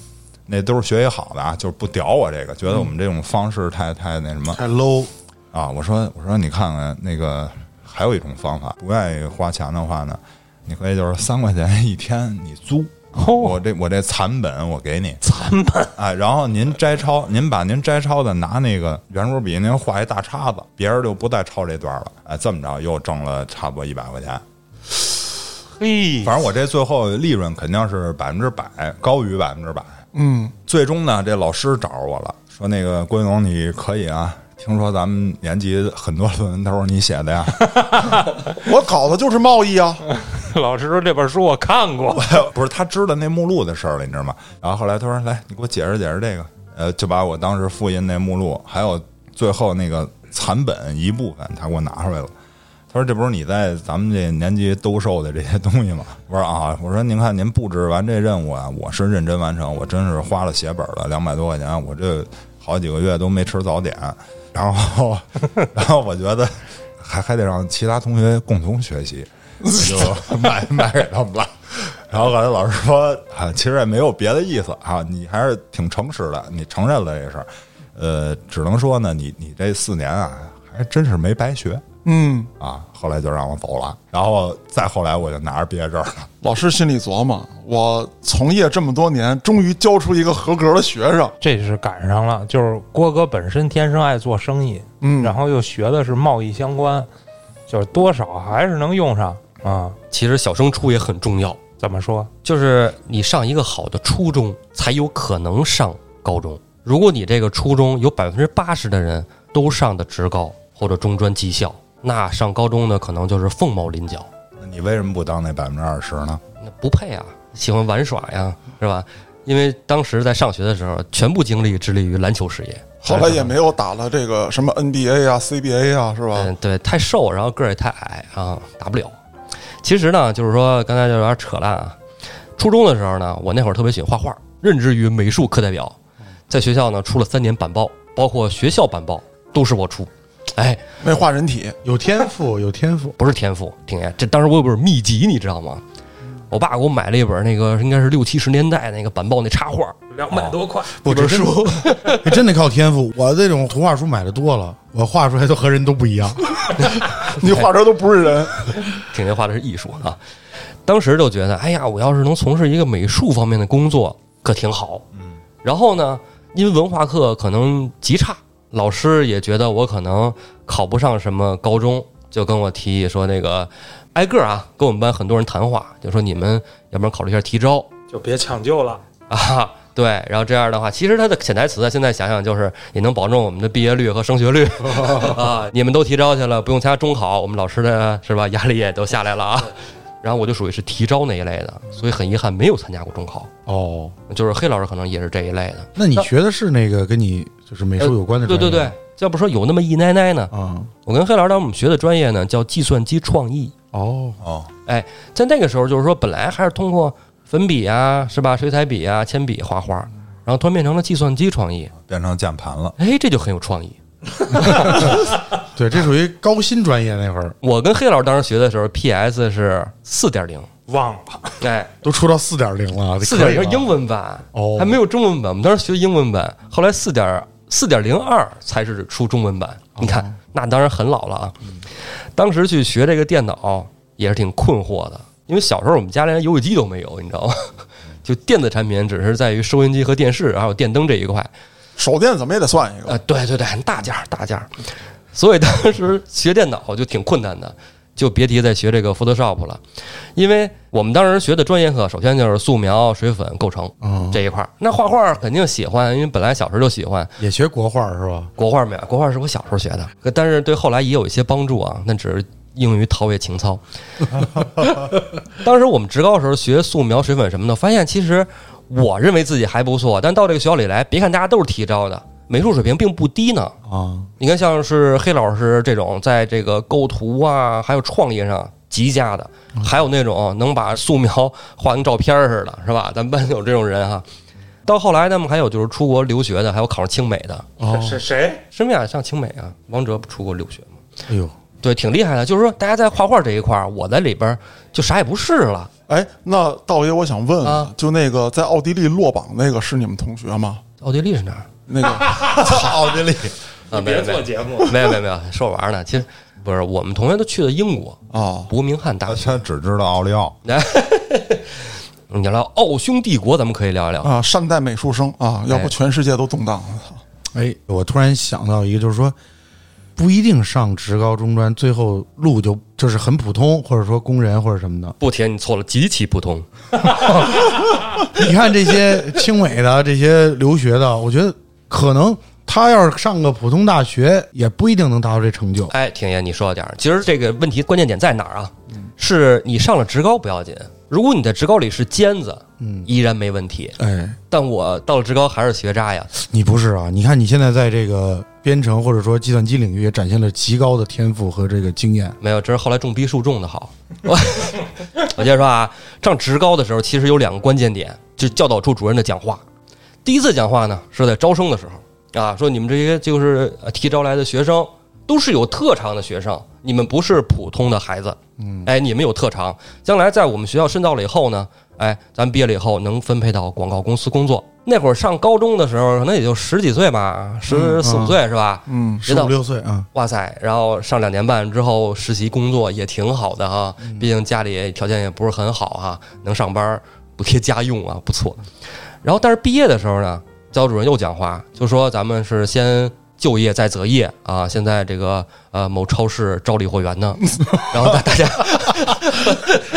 S1: 那都是学习好的啊，就是不屌我这个，觉得我们这种方式太太那什么
S2: 太 low，
S1: 啊。我说我说你看看那个，还有一种方法，不愿意花钱的话呢，你可以就是三块钱一天你租。啊我这我这残本我给你哦残本哎，然后您摘抄，您把您摘抄的拿那个圆珠笔，您画一大叉子，别人就不再抄这段了。哎，这么着又挣了差不多一百块钱。
S4: 嘿，
S1: 反正我这最后利润肯定是百分之百，高于百分之百。
S3: 嗯，
S1: 最终呢，这老师找着我了，说那个郭云龙你可以啊，听说咱们年级很多论文都是你写的呀。
S3: 我搞的就是贸易啊，
S4: 老师说这本书我看过，
S1: 不是他知道那目录的事儿了，你知道吗？然后后来他说：“来，你给我解释解释这个。”呃，就把我当时复印那目录，还有最后那个残本一部分，他给我拿出来了。他说：“这不是你在咱们这年级兜售的这些东西吗？”我说：“啊，我说您看您布置完这任务啊，我是认真完成，我真是花了血本了，两百多块钱，我这好几个月都没吃早点。然后， 然后我觉得还还得让其他同学共同学习，我就买买给他们了。”然后后来老师说啊，其实也没有别的意思啊，你还是挺诚实的，你承认了这事儿，呃，只能说呢，你你这四年啊，还真是没白学
S3: 嗯，
S1: 啊。后来就让我走了，然后再后来我就拿着毕业证了。
S3: 老师心里琢磨，我从业这么多年，终于教出一个合格的学生，
S4: 这是赶上了。就是郭哥本身天生爱做生意，
S3: 嗯，
S4: 然后又学的是贸易相关，就是多少还是能用上啊。
S5: 其实小升初也很重要，
S4: 怎么说？
S5: 就是你上一个好的初中，才有可能上高中。如果你这个初中有百分之八十的人都上的职高或者中专技校，那上高中的可能就是凤毛麟角，
S1: 那你为什么不当那百分之二十呢？
S5: 那不配啊！喜欢玩耍呀，是吧？因为当时在上学的时候，全部精力致力于篮球事业。
S3: 后来也没有打了这个什么 NBA 啊、CBA 啊，是吧？
S5: 嗯，对，太瘦，然后个儿也太矮啊，打不了。其实呢，就是说刚才就有点扯淡啊。初中的时候呢，我那会儿特别喜欢画画，任职于美术课代表，在学校呢出了三年版报，包括学校版报都是我出。哎，
S3: 没画人体，
S2: 有天赋，有天赋。
S5: 不是天赋，挺爷，这当时我有本秘籍，你知道吗？我爸给我买了一本那个应该是六七十年代那个版报那插画，
S4: 两百多块，
S2: 不， 这书真的靠天赋。我这种图画书买的多了，我画出来都和人都不一样。
S3: 你画这都不是人，
S5: 挺爷画的是艺术啊。当时就觉得，哎呀，我要是能从事一个美术方面的工作，可挺好。
S1: 嗯，
S5: 然后呢，因为文化课可能极差，老师也觉得我可能考不上什么高中，就跟我提议说那个挨个啊，跟我们班很多人谈话，就说你们要不然考虑一下提招
S4: 就别抢救了。
S5: 啊。 对，然后这样的话，其实它的潜台词啊，现在想想就是也能保证我们的毕业率和 升学率啊。你们都提招去了，不用参加中考，我们老师的是吧压力也都下来了啊。然后我就属于是提招那一类的，所以很遗憾没有参加过中考。
S2: 哦，
S5: 就是黑老师可能也是这一类的。
S2: 那你学的是那个跟你就是美术有关的
S5: 对
S2: 专业
S5: 呃对
S2: 吗？
S5: 对，要不说有那么一奶奶呢。
S2: 啊，
S5: 我跟黑老师当时我们学的专业呢叫计算机创意，
S2: 哦，
S1: 哦，
S5: 在那个时候就是说本来还是通过粉笔啊，是吧，水彩笔啊、铅笔画画，然后突然变成了计算机创意，
S1: 变成键盘了。
S5: 哎，这就很有创意。
S2: 对，这属于高薪专业那会儿，
S5: 我跟黑老师当时学的时候，PS 是四点零，啊
S4: 忘了，
S5: 哎，
S2: 都出到四点零了，
S5: 四点
S2: 可以
S5: 零
S2: 了
S5: 英文版
S2: 哦
S5: 还没有中文版，我们当时学英文版，后来四点四点零二才是出中文版。你看，那当然很老了啊。当时去学这个电脑也是挺困惑的，因为小时候我们家连游戏机都没有，你知道吗？ 就电子产品只是在于收音机和电视，还有电灯这一块。
S3: 手电怎么也得算一个。
S5: 啊，对对对，大件儿大件儿。所以当时学电脑就挺困难的，就别提再学这个 Photoshop 了，因为我们当时学的专业课，首先就是素描、水粉、构成
S2: 嗯
S5: 这一块儿。那画画肯定喜欢，因为本来小时候就喜欢。
S2: 也学国画是吧？
S5: 国画没有，国画是我小时候学的，可但是对后来也有一些帮助啊。那只是用于陶冶情操。当时我们职高的时候学素描、水粉什么的，发现其实我认为自己还不错，但到这个学校里来，别看大家都是提招的，美术水平并不低呢。
S2: 啊，
S5: 你看，像是黑老师这种，在这个构图啊，还有创意上极佳的，还有那种能把素描画成照片儿似的，是吧？咱们班有这种人哈、到后来，他们还有就是出国留学的，还有考上清美的。
S3: 哦，
S4: 是谁？
S5: 申美雅上清美啊，王哲不出国留学吗？
S2: 哎呦，
S5: 对，挺厉害的。就是说，大家在画画这一块儿，我在里边儿就啥也不是了。
S3: 哎，那道爷，我想问问
S5: 啊
S3: 就那个在奥地利落榜那个是你们同学吗？
S5: 奥地利是哪儿？
S3: 那个
S1: 奥地利
S5: 啊，没有没有
S4: 节目，
S5: 没有没有没有，说玩儿呢。其实不是，我们同学都去的英国，
S3: 哦，
S5: 伯明翰大
S1: 他
S5: 学。
S1: 他只知道奥利奥，
S5: 你聊聊奥匈帝国，咱们可以聊一聊。
S3: 啊，善待美术生啊，要不
S5: 哎
S3: 全世界都动荡了。
S2: 哎，我突然想到一个，就是说，不一定上职高中专，最后路就就是很普通，或者说工人或者什么 的。
S5: 不铁，你错了，极其普通。
S2: 你看这些清美的、这些留学的，我觉得可能他要是上个普通大学，也不一定能达到这成就。
S5: 哎，挺爷，你说到点儿。其实这个问题关键点在哪儿啊？是你上了职高不要紧，如果你在职高里是尖子，嗯，依然没问题。
S2: 哎，
S5: 但我到了职高还是学渣呀。
S2: 你不是啊？你看你现在在这个编程或者说计算机领域也展现了极高的天赋和这个经验。
S5: 没有，这是后来种逼树种的好。 我我接着说啊，上职高的时候，其实有两个关键点，就教导处主任的讲话。第一次讲话呢，是在招生的时候啊，说你们这些就是呃提招来的学生，都是有特长的学生，你们不是普通的孩子，嗯，哎，你们有特长，将来在我们学校深造了以后呢，哎，咱们毕业了以后能分配到广告公司工作。那会儿上高中的时候，可能也就十几岁吧，十四五岁是吧？
S3: 嗯，
S5: 知
S2: 十
S5: 道
S2: 五六岁啊，
S5: 哇塞！然后上两年半之后，实习工作也挺好的哈，毕竟家里条件也不是很好哈，能上班补贴家用啊，不错。然后但是毕业的时候呢，教导主任又讲话，就说咱们是先就业再择业啊，现在这个呃某超市招理货员呢， 然后大大家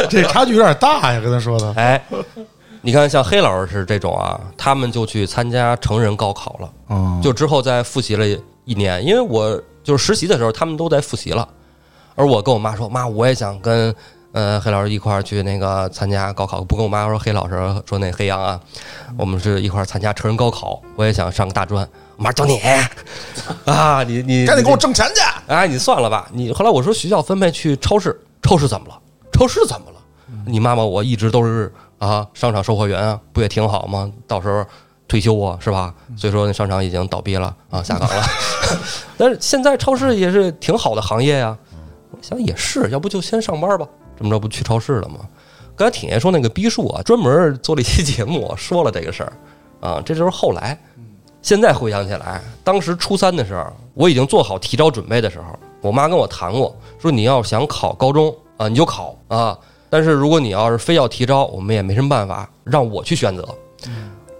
S2: 这差距有点大呀，跟他说的。
S5: 哎，你看像黑老师这种啊，他们就去参加成人高考了。
S2: 嗯，
S5: 就之后再复习了一年，因为我就是实习的时候，他们都在复习了，而我跟我妈说，妈，我也想跟呃黑老师一块儿去那个参加高考，不跟我妈说黑老师说那黑羊啊，我们是一块儿参加成人高考，我也想上个大专，我妈找你啊，你你
S3: 赶紧给我
S5: 你
S3: 挣钱去！
S5: 哎，你算了吧，你后来我说学校分配去超市，超市怎么了？超市怎么了？你妈妈我一直都是啊，商场售货员啊，不也挺好吗？到时候退休啊，是吧？所以说那商场已经倒闭了啊，下岗了。 但是现在超市也是挺好的行业呀、我想也是，要不就先上班吧，这么着不去超市了吗？刚才挺爷说那个逼数啊，专门做了一期节目说了这个事儿啊，这就是后来。现在回想起来，当时初三的时候，我已经做好提招准备的时候，我妈跟我谈过，说你要想考高中啊，你就考啊。但是如果你要是非要提招，我们也没什么办法，让我去选择。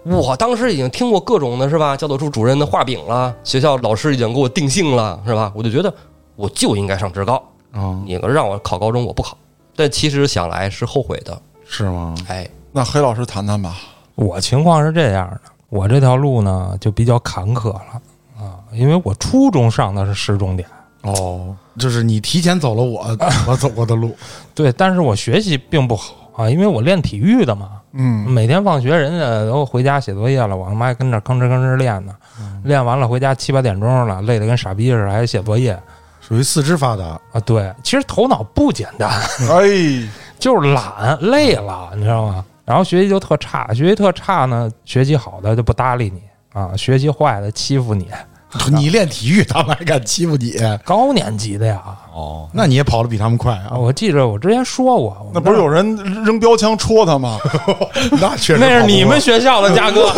S5: 我当时已经听过各种的是吧，教导处主任的画饼了，学校老师已经给我定性了是吧？我就觉得我就应该上职高，
S2: 啊，
S5: 你让我考高中我不考。但其实想来是后悔的，
S2: 是吗？
S5: 哎，
S3: 那黑老师谈谈吧。
S4: 我情况是这样的，我这条路呢就比较坎坷了啊，因为我初中上的是十重点，
S2: 哦，就是你提前走了 我我走过的路。
S4: 对，但是我学习并不好啊，因为我练体育的嘛，
S3: 嗯，
S4: 每天放学人家都回家写作业了，我他妈还跟那吭哧吭哧练呢，练完了回家七八点钟了，累得跟傻逼似的，还写作业
S2: 属于四肢发达，
S4: 啊。对，其实头脑不简单，
S3: 哎，
S4: 就是懒累了，你知道吗？然后学习就特差，学习特差呢，学习好的就不搭理你啊，学习坏的欺负你。
S2: 你练体育，他们还敢欺负 你？
S4: 高年级的呀，
S1: 哦，
S2: 那你也跑得比他们快
S4: 啊，
S2: 啊！
S4: 我记着我之前说过，我们
S3: 那不是有人扔标枪戳他吗？
S2: 那确实，
S4: 那是你们，学校的 嘉哥，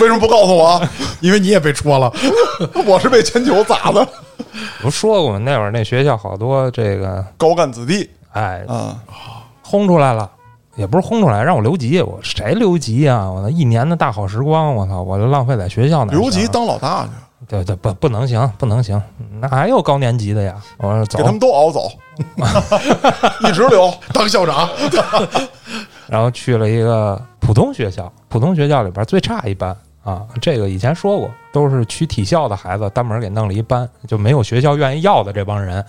S3: 为什么不告诉我？啊
S2: 因为你也被戳 了。
S3: 我是被铅球砸的，
S4: 不说过吗那会儿那学校好多这个
S3: 高干子弟
S4: 哎
S3: 啊！
S4: 轰出来了，也不是轰出来，让我留级，我谁留级啊？我那一年的大好时光，我操，我就浪费在学校那儿
S3: 留级
S4: 行
S3: 当老大去，
S4: 对对不不能行不能行，那还有高年级的呀，我说走
S3: 给，他们都熬走，一直留。
S2: 哎当校长，
S4: 然后去了一个普通学校，普通学校里边最差一班啊，这个以前说过，都是区体校的孩子单门给弄了一班，就没有学校愿意要的这帮人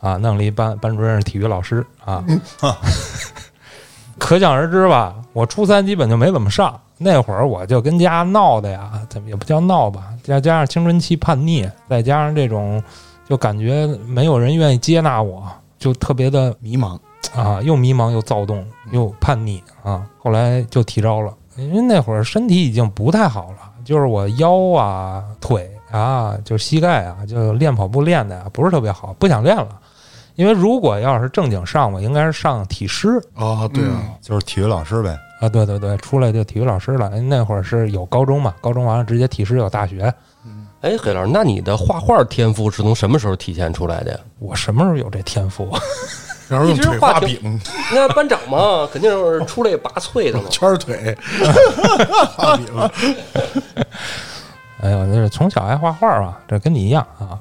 S4: 啊，弄了一班，班主任是体育老师啊，可想而知吧，我初三基本就没怎么上，那会儿我就跟家闹的呀，怎么也不叫闹吧，再加上青春期叛逆，再加上这种就感觉没有人愿意接纳我，就特别的
S2: 迷茫。
S4: 啊，又迷茫又躁动又叛逆啊，后来就提招了。因为那会儿身体已经不太好了，就是我腰啊、腿啊、就膝盖啊，就练跑步练的呀、不是特别好，不想练了。因为如果要是正经上，我应该是上体师
S2: 啊，对啊，
S1: 就是体育老师呗。
S4: 啊，对对对，出来就体育老师了。那会儿是有高中嘛，高中完了直接体师有大学。
S5: 哎，黑老师，那你的画画天赋是从什么时候体现出来的呀？
S4: 我什么时候有这天赋？
S2: 然后用腿画饼，。
S5: 那班长嘛， 肯定是出类拔萃的嘛
S2: 圈儿 腿画饼，
S4: 哎呦，就是从小爱画画嘛，这跟你一样啊。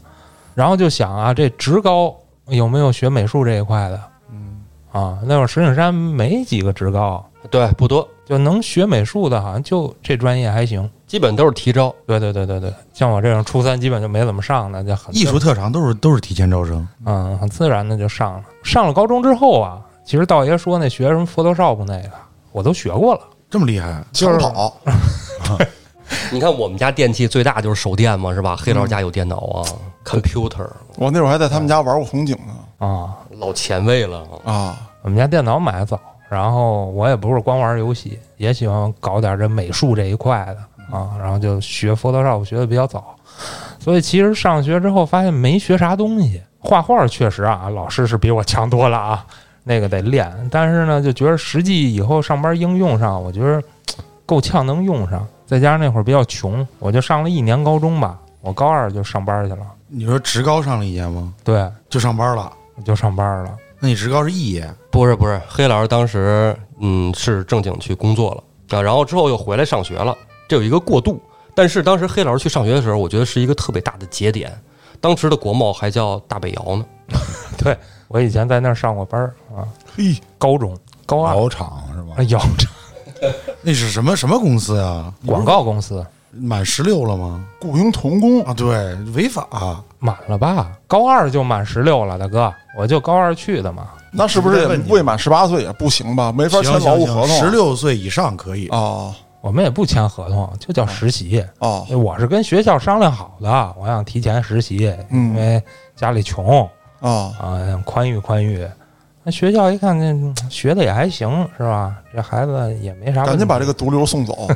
S4: 然后就想啊，这职高有没有学美术这一块的？嗯，啊，那会儿石景山没几个职高，
S5: 对，不多，
S4: 就能学美术的，好像就这专业还行。
S5: 基本都是提招。
S4: 对对对对对，像我这种初三基本就没怎么上的，就很
S2: 艺术特长都是都是提前招生，
S4: 嗯，很自然的就上了。上了高中之后啊，其实道爷说那学什么 Photoshop 那个，我都学过了。
S2: 这么厉害，啊
S3: 抢跑，
S5: 你看我们家电器最大就是手电嘛，是吧？黑老师家有电脑啊，computer，
S3: 我那会儿还在他们家玩过红警呢
S4: 啊，
S5: 老前卫了。
S3: 啊！
S4: 我们家电脑买的早，然后我也不是光玩游戏，也喜欢搞点这美术这一块的啊，然后就学 Photoshop 学的比较早，所以其实上学之后发现没学啥东西，画画确实啊，老师是比我强多了啊，那个得练，但是呢，就觉得实际以后上班应用上，我觉得嘖够呛能用上，再加上那会儿比较穷，我就上了一年高中吧，我高二就上班去了，
S2: 你说职高上了一年吗？
S4: 对，
S2: 就上班了，
S4: 我就上班了。
S2: 那你职高是 E，一年，
S5: 不是不是，黑老师当时嗯是正经去工作了啊，然后之后又回来上学了，这有一个过渡。但是当时黑老师去上学的时候，我觉得是一个特别大的节点。当时的国贸还叫大北窑呢，
S4: 我以前在那儿上过班儿啊，
S3: 嘿，
S4: 高中高二
S1: 熬场是吧
S4: 啊？有
S2: 那是什么什么公司啊？
S4: 广告公司
S2: 满十六了吗？
S3: 雇佣童工
S2: 啊，对，违法、 啊
S4: 满了吧？高二就满十六了，大哥，我就高二去的嘛。
S3: 那是不是也未满十八岁也不行吧？没法签劳务合同。啊
S2: 十六岁以上可以。
S3: 哦
S4: 我们也不签合同，就叫实习。哎
S3: 哦，
S4: 我是跟学校商量好的，我想提前实习，因
S3: 嗯
S4: 为家里穷
S3: 哦，
S4: 啊，想宽裕宽裕。那学校一看，这学的也还行，是吧？这孩子也没啥问题。
S3: 赶紧把这个毒瘤送走。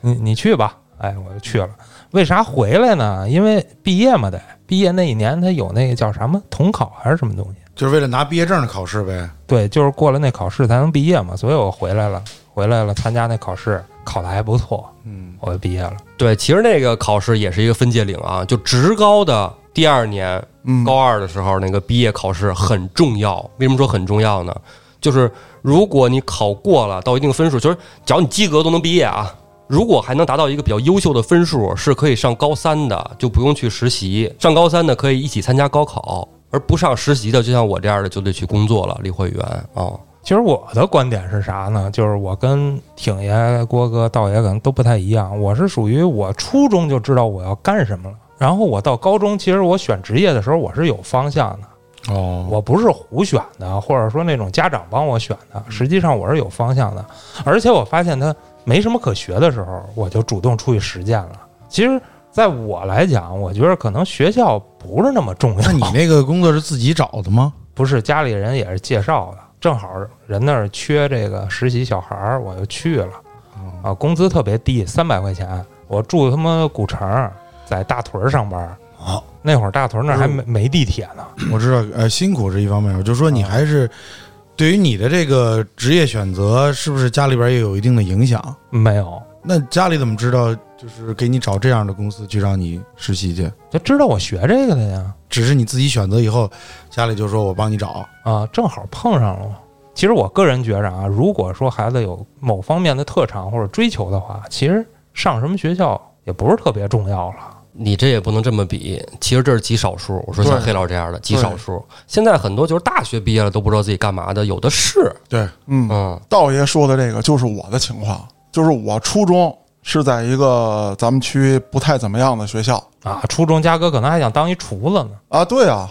S4: 你你去吧。哎，我就去了。为啥回来呢？因为毕业嘛得，毕业那一年他有那个叫什么统考还是什么东西。
S2: 就是为了拿毕业证的考试呗，
S4: 对，就是过了那考试才能毕业嘛，所以我回来了，回来了参加那考试，考的还不错，
S2: 嗯，
S4: 我就毕业了。
S5: 对，其实那个考试也是一个分界岭啊，就职高的第二年
S3: 嗯，
S5: 高二的时候那个毕业考试很重要。为什么说很重要呢？就是如果你考过了到一定分数，就是只要你及格都能毕业啊。如果还能达到一个比较优秀的分数，是可以上高三的，就不用去实习。上高三的可以一起参加高考，而不上实习的，就像我这样的就得去工作了。李慧媛啊、
S4: 其实我的观点是啥呢？就是我跟挺爷、郭哥、道爷可能都不太一样，我是属于我初中就知道我要干什么了，然后我到高中，其实我选职业的时候我是有方向的，
S2: 哦，
S4: 我不是胡选的，或者说那种家长帮我选的，实际上我是有方向的，而且我发现他没什么可学的时候，我就主动出去实践了。其实，在我来讲，我觉得可能学校不是那么重要，
S2: 那你那个工作是自己找的 吗？
S4: 不是家里人也是介绍的，正好人那儿缺这个实习小孩儿，我就去了，
S2: 哦
S4: 啊，工资特别低，三百块钱，我住他妈古城，在大屯儿上班儿，
S2: 哦
S1: 啊，
S4: 那会儿大屯儿那儿还没没地铁呢，
S2: 我知道，呃，辛苦是一方面，我就说
S3: 啊
S2: 你还是对于你的这个职业选择，是不是家里边也有一定的影响？
S4: 没有，
S2: 那家里怎么知道就是给你找这样的公司去让你实习去？
S4: 就知道我学这个的呀。
S2: 只是你自己选择以后，家里就说我帮你找，
S4: 啊，正好碰上了嘛。其实我个人觉着啊，如果说孩子有某方面的特长或者追求的话，其实上什么学校也不是特别重要了。
S5: 你这也不能这么比，其实这是极少数。我说像
S3: 对
S5: 黑老师这样的极少数，现在很多就是大学毕业了都不知道自己干嘛的，有的是。
S2: 对，
S3: 嗯，
S5: 嗯，
S3: 道爷说的这个就是我的情况，就是我初中是在一个咱们区不太怎么样的学校
S4: 啊，初中嘉哥可能还想当一厨子呢。
S3: 啊，对啊，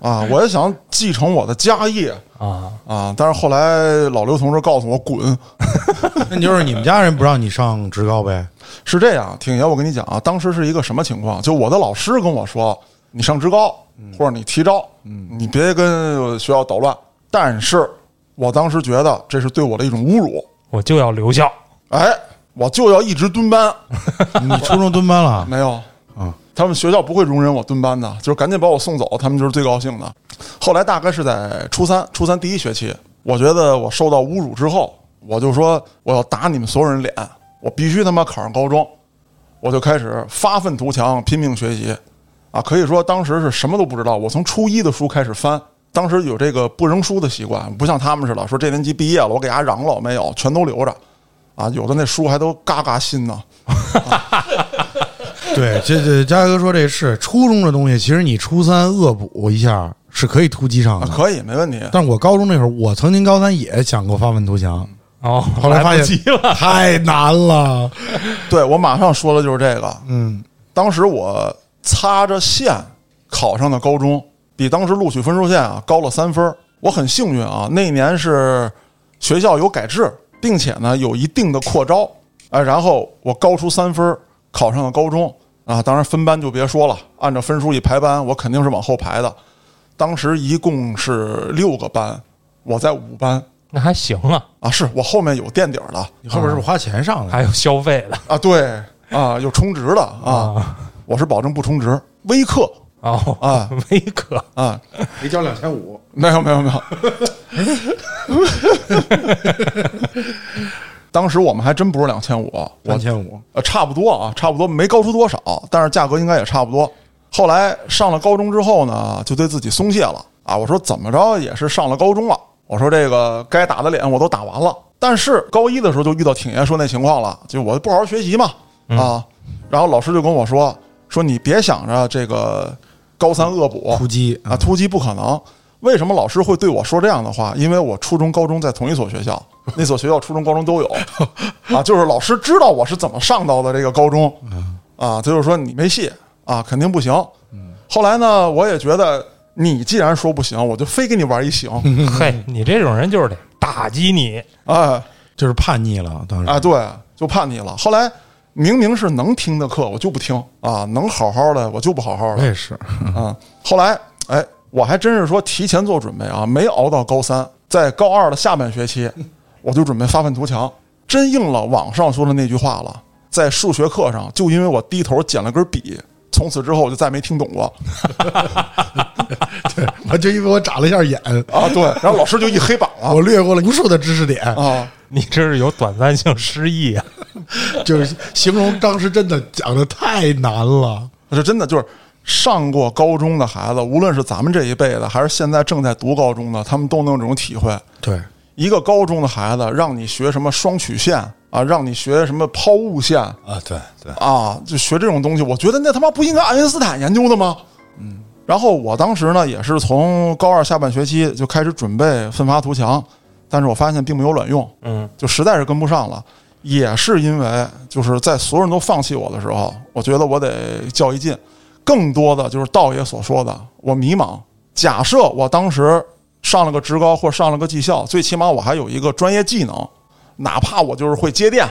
S3: 啊，我也想继承我的家业
S4: 啊，
S3: 啊，但是后来老刘同志告诉我滚，
S2: 那就是你们家人不让你上职高呗？
S3: 是这样，挺爷，我跟你讲啊，当时是一个什么情况？就我的老师跟我说，你上职高或者你提招，你别跟学校捣乱。但是我当时觉得这是对我的一种侮辱，
S4: 我就要留校。
S3: 哎，我就要一直蹲班，
S2: 你初中蹲班了？
S3: 没有
S2: 啊，
S3: 他们学校不会容忍我蹲班的，就是赶紧把我送走，他们就是最高兴的。后来大概是在初三，初三第一学期，我觉得我受到侮辱之后，我就说我要打你们所有人脸，我必须他妈考上高中，我就开始发愤图强，拼命学习，啊，可以说当时是什么都不知道，我从初一的书开始翻。当时有这个不扔书的习惯，不像他们似的，说这年级毕业了，我给他嚷了，没有，全都留着，啊，有的那书还都嘎嘎新呢，
S2: 对，这这嘉哥说这是初中的东西，其实你初三恶补一下是可以突击上
S3: 啊，
S2: 的。
S3: 可以，没问题。
S2: 但是我高中那会儿，我曾经高三也想过发愤图强，
S4: 哦，
S2: 后来发
S4: 不及
S2: 现太难了。
S3: 对我马上说的就是这个。
S2: 嗯，
S3: 当时我擦着线考上的高中，比当时录取分数线啊高了三分儿。我很幸运啊，那一年是学校有改制，并且呢有一定的扩招，哎，然后我高出三分儿考上了高中啊。当然分班就别说了，按照分数一排班，我肯定是往后排的。当时一共是六个班，我在五班
S4: 那还行啊，
S3: 啊，是我后面有垫底儿的
S2: 你后边是不是花钱上的？
S4: 还有消费的
S3: 啊，对啊，有充值的啊，我是保证不充值，微课
S4: 哦
S3: 啊，
S4: 微课
S3: 啊，
S2: 没交两千五，
S3: 没有没有没有。 当时我们还真不是两千五，我
S2: 两千五。
S3: 呃差不多啊，差不多没高出多少，但是价格应该也差不多。后来上了高中之后呢，就对自己松懈了啊。我说怎么着也是上了高中了，我说这个该打的脸我都打完了。但是高一的时候就遇到挺爷说那情况了，就我不好好学习嘛啊，然后老师就跟我说说你别想着这个高三恶补
S2: 突击
S3: 啊，
S2: 啊！
S3: 突击不可能。为什么老师会对我说这样的话？因为我初中、高中在同一所学校，那所学校初中、高中都有啊，就是老师知道我是怎么上到的这个高中啊，他就说你没戏啊，肯定不行。后来呢，我也觉得你既然说不行，我就非给你玩一行
S2: 嗯
S4: 嘿，你这种人就是得打击你，
S3: 啊
S2: 就是叛逆了，当时
S3: 啊，对，就怕你了。后来明明是能听的课，我就不听啊，能好好的我就不好好
S2: 我。
S3: 的
S2: 也是，
S3: 啊、后来，哎，我还真是说提前做准备啊，没熬到高三，在高二的下半学 期，我就准备发愤图强，真应了网上说的那句话了，在数学课上，就因为我低头捡了根笔，从此之后我就再没听懂过
S2: 我就因为我眨了一下眼，
S3: 啊。对， 然后老师就一黑板了
S2: 我略过了无数的知识点，
S3: 啊。
S4: 你这是有短暂性失忆啊，
S2: 就是形容当时真的讲的太难了。
S3: 这真的就是上过高中的孩子，无论是咱们这一辈的，还是现在正在读高中的，他们都能有这种体会。
S2: 对，
S3: 一个高中的孩子让你学什么双曲线啊，让你学什么抛物线，
S1: 啊，对对，
S3: 啊，就学这种东西，我觉得那他妈不应该爱因斯坦研究的吗？嗯。然后我当时呢，也是从高二下半学期就开始准备奋发图强，但是我发现并没有卵用，
S4: 嗯，
S3: 就实在是跟不上了。也是因为就是在所有人都放弃我的时候，我觉得我得较一劲。更多的就是道爷所说的，我迷茫。假设我当时上了个职高或上了个技校，最起码我还有一个专业技能，哪怕我就是会接电，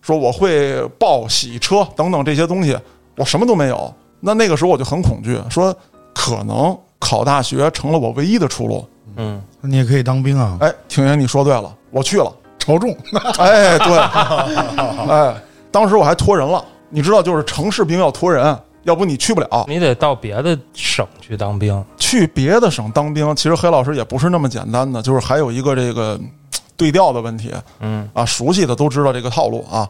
S3: 说我会报洗车等等这些东西，我什么都没有。那那个时候我就很恐惧，说可能考大学成了我唯一的出路。
S4: 嗯，
S2: 你也可以当兵啊，
S3: 哎，婷婷，你说对了，我去了。
S2: 朝中。
S3: 哎，对，哎，当时我还托人了，你知道，就是城市兵要托人，要不你去不了。
S4: 你得到别的省去当兵，
S3: 去别的省当兵，其实黑老师也不是那么简单的，就是还有一个这个嗯对调的问题。
S4: 嗯，
S3: 啊，熟悉的都知道这个套路啊。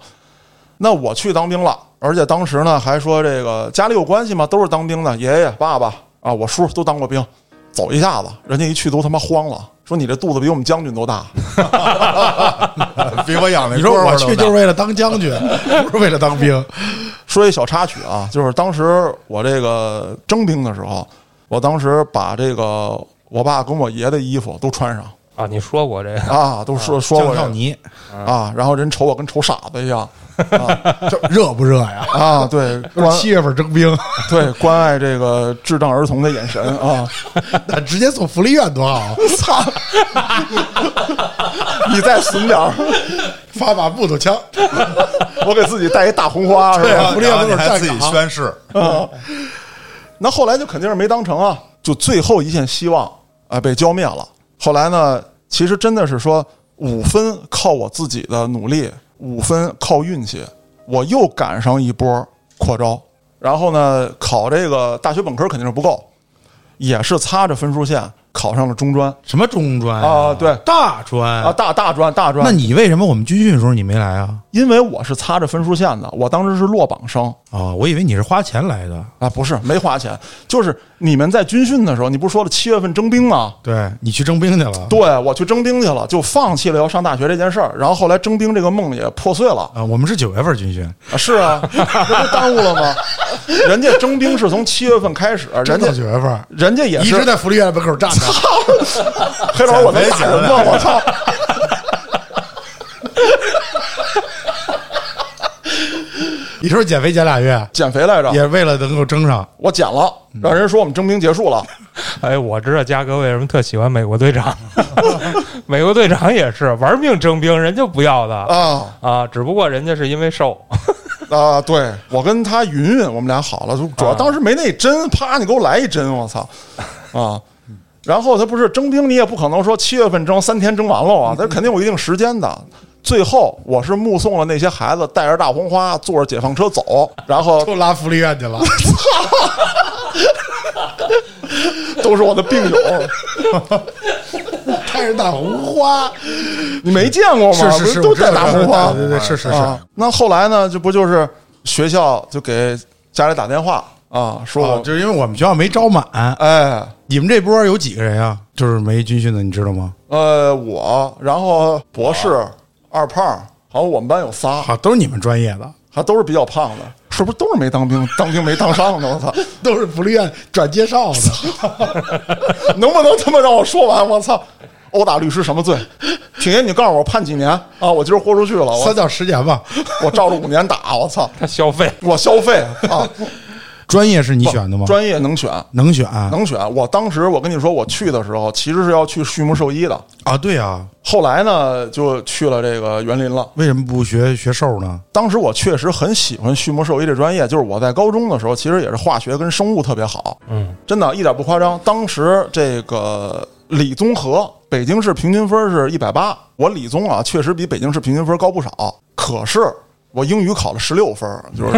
S3: 那我去当兵了，而且当时呢还说这个家里有关系嘛，都是当兵的，爷爷、爸爸啊，我叔都当过兵。走一下子，人家一去都他妈慌了，说你这肚子比我们将军都大。
S1: 比我养的
S2: 你说
S1: 蝈蝈
S2: 我
S1: 都
S2: 去
S1: 大
S2: 就是为了当将 军，不是为了当兵。
S3: 说一小插曲啊，就是当时我这个征兵的时候，我当时把这个我爸跟我爷的衣服都穿上
S4: 啊，你说过这个，
S3: 啊，都说说
S2: 江
S3: 过这
S2: 少
S3: 个
S2: 尼
S3: 啊，然后人瞅我跟瞅傻子一样
S2: 这热不热 呀？
S3: 啊，对，
S2: 都
S3: 关
S2: 是七月份征兵，
S3: 对关爱这个智障儿童的眼神啊。
S2: 那直接送福利院多好，
S3: 操！ 你再损点儿，
S2: 发把木头枪。
S3: 我给自己带一大红花是
S2: 对
S3: 吧
S2: 啊？
S1: 然后然后你还
S2: 站
S1: 自己
S2: 岗
S1: 宣 誓，
S3: 那后来就肯定是没当成啊，就最后一线希望啊、被浇灭了。后来呢，其实真的是说五分靠我自己的努力，五分靠运气，我又赶上一波扩招，然后呢，考这个大学本科肯定是不够，也是擦着分数线考上了中专
S2: 什么中专
S3: 啊对
S2: 大专
S3: 啊，大大专大专。
S2: 哎那你为什么我们军训的时候你没来啊？
S3: 因为我是擦着分数线的，我当时是落榜生
S2: 啊，我以为你是花钱来的。
S3: 啊，不是没花钱，就是你们在军训的时候，你不是说了七月份征兵吗？
S2: 对你去征兵去了。
S3: 对我去征兵去了，就放弃了要上大学这件事儿，然后后来征兵这个梦也破碎了。
S2: 啊，我们是九月份军训，
S3: 啊 是啊，这不耽误了吗？人家征兵是从七月份开始，人
S2: 真
S3: 家
S2: 到九月份，
S3: 人家也
S2: 一
S3: 是
S2: 直在福利院门口站 着。
S3: 黑老师，我能打人吗？我操！
S2: 你是不是减肥减俩月，
S3: 减肥来着，
S2: 也为了能够争上？
S3: 我减了，让人说我们征兵结束了。
S4: 哎，我知道嘉哥为什么特喜欢美国 队长，美国队长也是玩命征兵，人就不要他
S3: 啊
S4: 啊，只不过人家是因为瘦，
S3: 啊！对我跟他云云，我们俩好了，就主
S2: 啊
S3: 要当时没那针，啪，你给我来一针，我操啊！然后他不是征兵，你也不可能说七月份征，三天征完了啊，他肯定有一定时间的。最后，我是目送了那些孩子带着大红花，坐着解放车走，然 后
S2: 都拉福利院去了，
S3: 都是我的病友，
S2: 开着大红花，
S3: 你没见过吗？
S2: 是是
S3: 不
S2: 是，
S3: 都
S2: 我知道
S3: 带大红花，
S2: 对对对，是是是
S3: 啊。。那后来呢？这不就是学校就给家里打电话啊，说我、
S2: 哦，就是因为我们学校没招满，
S3: 哎
S2: 你们这波有几个人啊？就是没军训的，你知道吗？
S3: 呃我，然后博士、二胖，好像我们班有仨，
S2: 好，啊都是你们专业的，
S3: 还都是比较胖的，是不是都是没当兵？ 当兵没当上的，我操！
S2: 都是福利院转介绍的。
S3: 能不能他妈让我说完？我操！殴打律师什么罪？挺爷，你告诉我判几年啊？我今儿豁出去了，
S2: 三
S3: 我
S2: 到十 年吧。
S3: 我照着五年打，我 操！
S4: 他消费。
S3: 我消费啊！
S2: 专业是你选的吗？
S3: 专业能选，
S2: 能选啊
S3: 能选。我当时我跟你说，我去的时候其实是要去畜牧兽医的，
S2: 啊？对啊，
S3: 后来呢就去了这个园林了。
S2: 为什么不学学兽呢？
S3: 当时我确实很喜欢畜牧兽医这专业，就是我在高中的时候其实也是化学跟生物特别好，
S4: 嗯，
S3: 真的，一点不夸张。当时这个理综合北京市平均分是一百八，我理综啊确实比北京市平均分高不少，可是。我英语考了十六分，就是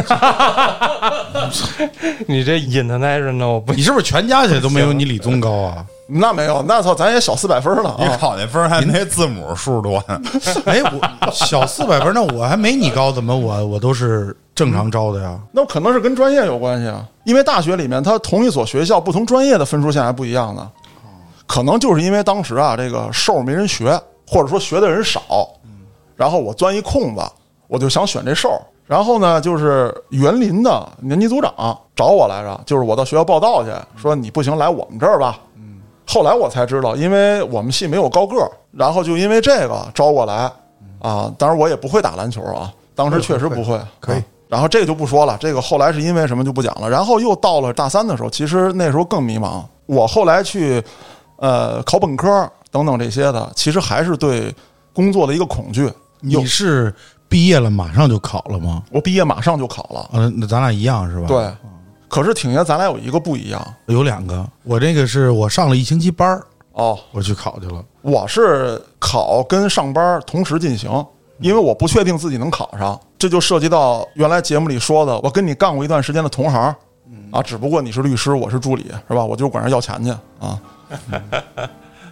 S4: 你这 international 我不
S2: 你是不是全家去都没有你理综高啊？
S3: 那没有，那操，咱也小四百分了
S1: 你
S3: 啊！
S1: 考那分儿还没字母数多呢。
S2: 哎，我小四百分，那我还没你高，怎么我我都是正常招的呀？
S3: 那可能是跟专业有关系啊，因为大学里面它同一所学校不同专业的分数线还不一样呢。可能就是因为当时啊，这个兽没人学，或者说学的人少，然后我钻一空子，我就想选这兽。然后呢，就是园林的年级组长找我来着，就是我到学校报道去，说你不行来我们这儿吧。后来我才知道，因为我们系没有高个儿，然后就因为这个招我来啊。当然我也不会打篮球啊，当时确实不会。
S2: 可以
S3: 啊然后这个就不说了，这个后来是因为什么就不讲了。然后又到了大三的时候，其实那时候更迷茫。我后来去呃考本科等等这些的，其实还是对工作的一个恐惧。有
S2: 你是毕业了马上就考了吗？
S3: 我毕业马上就考了，
S2: 啊，那咱俩一样是吧？，
S3: 对。可是挺爷，咱俩有一个不一样
S2: 有两个。我这个是我上了一星期班儿，
S3: 哦，
S2: 我去考去了。
S3: 我是考跟上班同时进行，因为我不确定自己能考上，这就涉及到原来节目里说的，我跟你干过一段时间的同行，
S2: 嗯
S3: 啊，只不过你是律师，我是助理，是吧？我就管人要钱去 啊。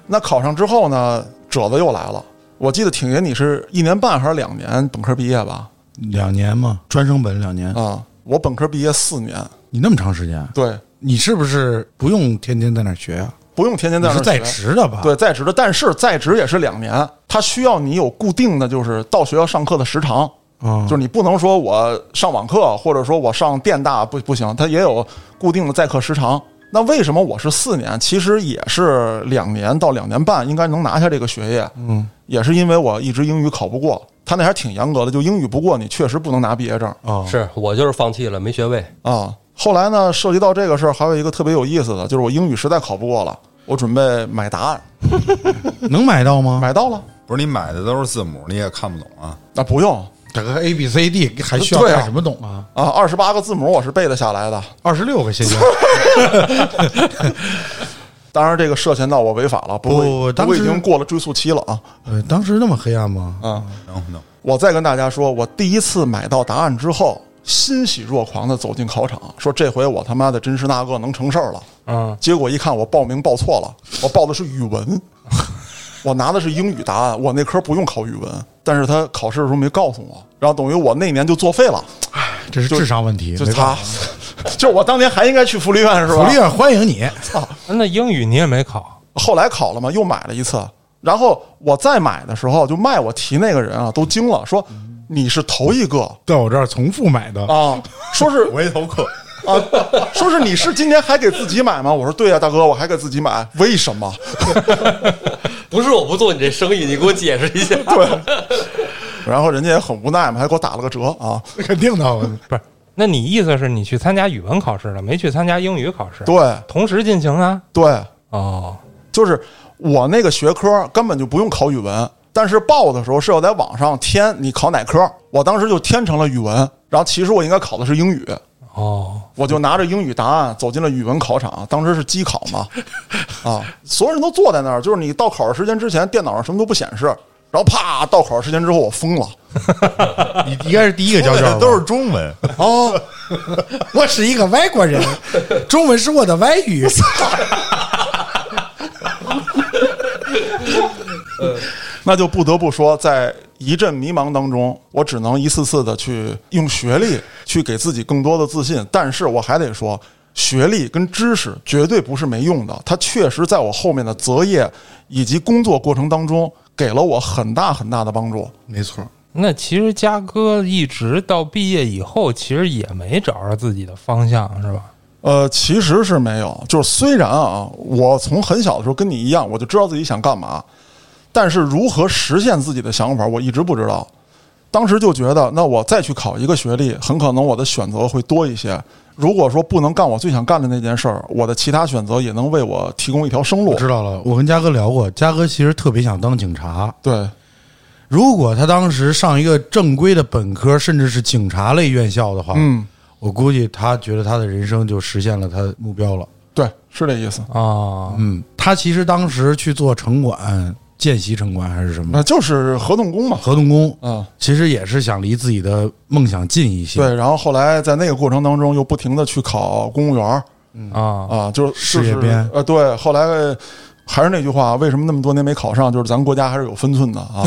S3: 那考上之后呢，褶子又来了。我记得挺爷，你是一年半还是两年本科毕业吧？
S2: 两年嘛，专升本两年。
S3: 啊，我本科毕业四年，
S2: 你那么长时间，
S3: 对，
S2: 你是不是不用天天在那儿学呀、
S3: 不用天天
S2: 你
S3: 在那
S2: 是
S3: 儿
S2: 在
S3: 学
S2: 职的吧？
S3: 对，在职的，但是在职也是两年，它需要你有固定的，就是到学校上课的时长，
S2: 啊，
S3: 就是你不能说我上网课，或者说我上电大不不行，它也有固定的在课时长。那为什么我是四年？其实也是两年到两年半，应该能拿下这个学业。嗯，也是因为我一直英语考不过，他那还挺严格的，就英语不过你确实不能拿毕业证。
S2: 啊，
S5: 嗯是我就是放弃了，没学位。
S3: 啊。后来呢，涉及到这个事儿，还有一个特别有意思的，就是我英语实在考不过了，我准备买答案，
S2: 能买到吗？
S3: 买到了。
S1: 不是你买的都是字母，你也看不懂啊。
S3: 那、不用
S2: 整个 A B C D 还需要
S3: 对啊
S2: 干什么懂啊？
S3: 啊，二 十八个字母我是背得下来的。
S2: 二十六个谢谢。
S3: 当然，这个涉嫌到我违法了，不
S2: 不
S3: 过
S2: 不
S3: 不
S2: 当
S3: 过已
S2: 时
S3: 经过了追诉期了啊
S2: 呃，当时那么黑暗吗？
S3: 啊！
S1: 能能，
S3: 我再跟大家说，我第一次买到答案之后，欣喜若狂的走进考场，说这回我他妈的真是那个能成事儿了。
S4: 嗯，
S3: 结果一看我报名报错了，我报的是语文，我拿的是英语答案，我那科不用考语文，但是他考试的时候没告诉我，然后等于我那年就作废了，
S2: 这是
S3: 就
S2: 智商问题，
S3: 就
S2: 没
S3: 他
S2: 办法。，
S3: 就我当年还应该去福利院是吧？
S2: 福利院欢迎你，
S4: 那英语你也没考，
S3: 后来考了嘛，又买了一次。然后我再买的时候，就卖我题那个人啊，都惊了，说你是头一个
S2: 在我这儿重复买的，
S3: 啊，说是
S1: 回头客，
S3: 啊，说是你是今年还给自己买吗？我说对呀、大哥，我还给自己买，为什么？
S5: 不是我不做你这生意，你给我解释一下。
S3: 然后人家也很无奈嘛，还给我打了个折啊。
S2: 肯定的。 我
S4: 不是？那你意思是你去参加语文考试了，没去参加英语考试？
S3: 对
S4: 同时进行啊？
S3: 对，
S4: 哦，
S3: 就是我那个学科根本就不用考语文，但是报的时候是要在网上填你考哪科，我当时就填成了语文，然后其实我应该考的是英语，
S4: 哦，
S3: 我就拿着英语答案走进了语文考场，当时是机考嘛，啊，所有人都坐在那儿，就是你到考试时间之前，电脑上什么都不显示，然后啪到考试时间之后，我疯了
S2: 你应该是第一个交卷吧，
S1: 都是中文，
S3: 啊！
S2: 我是一个外国人，中文是我的外 语。
S3: 那就不得不说，在一阵迷茫当中，我只能一次次的去用学历去给自己更多的自信。但是我还得说，学历跟知识绝对不是没用的，它确实在我后面的择业以及工作过程当中，给了我很大很大的帮助。
S2: 没错，
S4: 那其实嘉哥一直到毕业以后，其实也没找着自己的方向，是吧？
S3: 呃，其实是没有，就是虽然啊，我从很小的时候跟你一样，我就知道自己想干嘛，但是如何实现自己的想法，我一直不知道。当时就觉得，那我再去考一个学历，很可能我的选择会多一些。如果说不能干我最想干的那件事儿，我的其他选择也能为我提供一条生路
S2: 我。知道了。我跟嘉哥聊过，嘉哥其实特别想当警察。
S3: 对，
S2: 如果他当时上一个正规的本科，甚至是警察类院校的话，
S3: 嗯，
S2: 我估计他觉得他的人生就实现了他的目标了。
S3: 对，是这意思。
S4: 哦，
S2: 嗯，他其实当时去做城管、见习城管还是什么
S3: 那就是合同工嘛。
S2: 合同工，
S3: 嗯，
S2: 其实也是想离自己的梦想近一些。，
S3: 对。然后后来在那个过程当中，又不停的去考公务员儿，
S4: 啊，
S3: 啊，就是
S2: 事
S3: 就是
S2: 业编
S3: 呃，对，后来呃还是那句话，为什么那么多年没考上？就是咱国家还是有分寸的啊。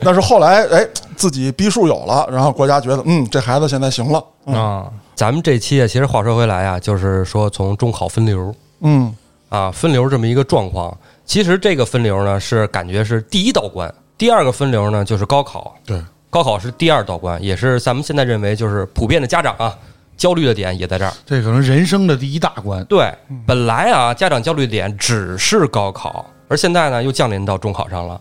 S3: 但是后来，哎，自己逼数有了，然后国家觉得，嗯，这孩子现在行了，
S4: 啊，
S5: 咱们这期啊，其实话说回来啊，就是说从中考分流
S3: 嗯
S5: 啊，分流这么一个状况。其实这个分流呢，是感觉是第一道关，第二个分流呢就是高考，
S2: 对，
S5: 高考是第二道关，也是咱们现在认为就是普遍的家长啊焦虑的点也在这儿。
S2: 这可能人生的第一大关。
S5: 对，本来啊，家长焦虑点只是高考，而现在呢，又降临到中考上了。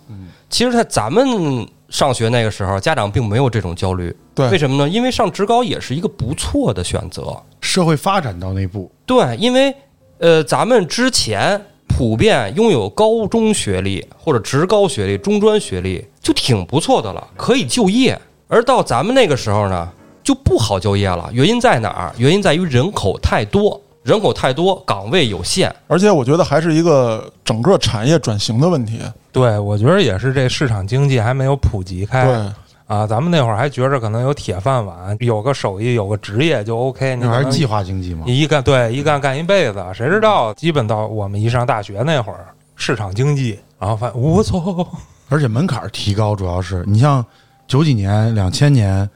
S5: 其实，在咱们上学那个时候，家长并没有这种焦虑。
S3: 对
S5: 为什么呢？因为上职高也是一个不错的选择。
S2: 社会发展到那步，
S5: 对，因为呃，咱们之前普遍拥有高中学历或者职高学历、中专学历就挺不错的了，可以就业。而到咱们那个时候呢，就不好就业了。原因在哪儿？原因在于人口太多，人口太多，岗位有限。
S3: 而且我觉得还是一个整个产业转型的问题。
S4: 对，我觉得也是这市场经济还没有普及开。
S3: 对，
S4: 啊，咱们那会儿还觉着可能有铁饭碗，有个手艺，有个职业就 OK，你
S2: 那还是计
S4: 划，
S2: 划经济嘛。
S4: 你一干对一干干一辈子，谁知道？基本到我们一上大学那会儿，市场经济，然后发现我操，
S2: 而且门槛儿提高，主要是你像九几年、两千年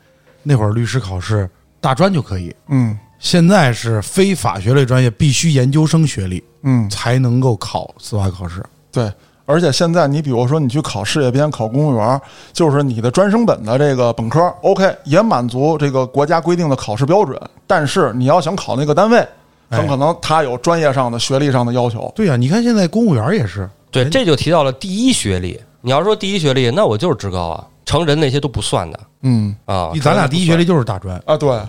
S2: 那会儿律师考试，大专就可以，
S3: 嗯
S2: 现在是非法学类专业必须研究生学历
S3: 嗯，
S2: 才能够考司法考试。
S3: 对。而且现在，你比如说你去考事业编、考公务员，就是你的专升本的这个本科，OK，也满足这个国家规定的考试标准。但是你要想考那个单位，很可能他有专业上的、学历上的要求。
S2: 对啊呀、你看现在公务员儿也是，
S5: 对，这就提到了第一学历。你要说第一学历，那我就是职高啊，成人那些都不算的
S3: 嗯
S5: 啊。
S2: 咱俩第一学
S5: 历
S2: 历就是大专，
S3: 啊，对，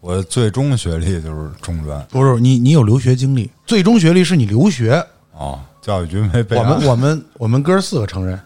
S1: 我最终的学历就是中专
S2: 不是你你有留学经历，最终学历是你留学。
S1: 哦，教育局没备
S2: 我
S1: 案
S2: 们我们我们哥儿四个承认，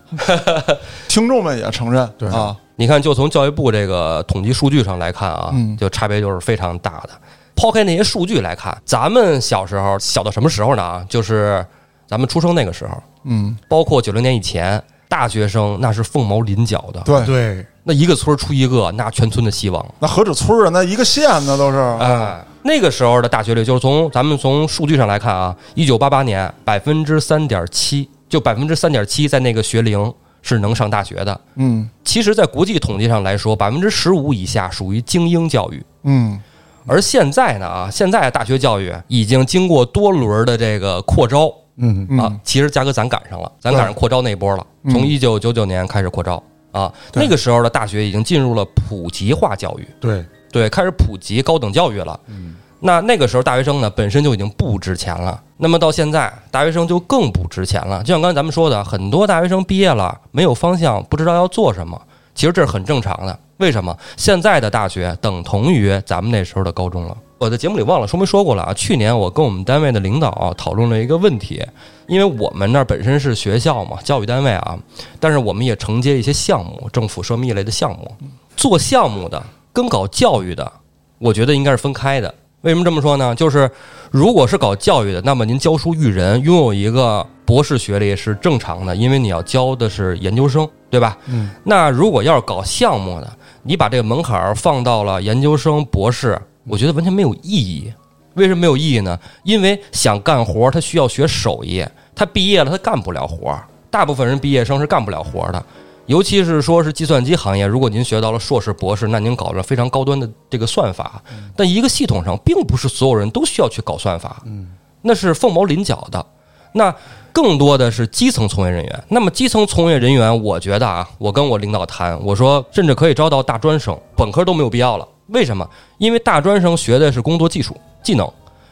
S3: 听众们也承认，对啊，
S5: 你看，就从教育部这个统计数据上来看啊，
S3: 嗯
S5: 就差别就是非常大的。抛开那些数据来看，咱们小时候小到什么时候呢？啊，就是咱们出生那个时候，
S3: 嗯，
S5: 包括九零年以前，大学生那是凤毛麟角的，
S3: 对，
S2: 对，
S5: 那一个村儿出一个，那全村的希望。
S3: 那何止村儿啊，那一个县呢都是，
S5: 哎，那个时候的大学率，就是从咱们从数据上来看啊，一九八八年百分之三点七，就百分之三点七在那个学龄是能上大学的。
S3: 嗯
S5: 其实，在国际统计上来说，百分之十五以下属于精英教育。
S3: 嗯，
S5: 而现在呢啊，现在的大学教育已经经过多轮的这个扩招
S2: 嗯，
S3: 嗯
S5: 啊，其实嘉哥咱赶上了，咱赶上扩招那一波了，
S3: 嗯
S5: 从一九九九年开始扩招啊，
S3: 对
S5: 那个时候的大学已经进入了普及化教育，
S2: 对，
S5: 对，开始普及高等教育了。
S2: 嗯，
S5: 那那个时候大学生呢本身就已经不值钱了，那么到现在大学生就更不值钱了。就像刚才咱们说的，很多大学生毕业了没有方向，不知道要做什么，其实这是很正常的。为什么现在的大学等同于咱们那时候的高中了？我在节目里忘了说没说过了啊。去年我跟我们单位的领导、啊讨论了一个问题，因为我们那儿本身是学校嘛，教育单位啊，但是我们也承接一些项目，政府涉密类的项目。做项目的跟搞教育的，我觉得应该是分开的。为什么这么说呢？就是如果是搞教育的，那么您教书育人，拥有一个博士学历是正常的，因为你要教的是研究生，对吧？
S2: 嗯。
S5: 那如果要是搞项目的，你把这个门槛儿放到了研究生、博士，我觉得完全没有意义。为什么没有意义呢？因为想干活儿，他需要学手艺，他毕业了他干不了活儿。大部分人毕业生是干不了活儿的，尤其是说是计算机行业，如果您学到了硕士、博士，那您搞了非常高端的这个算法，但一个系统上并不是所有人都需要去搞算法，嗯，那是凤毛麟角的。那更多的是基层从业人员。那么基层从业人员，我觉得啊，我跟我领导谈，我说甚至可以招到大专生，本科都没有必要了。为什么？因为大专生学的是工作技术技能，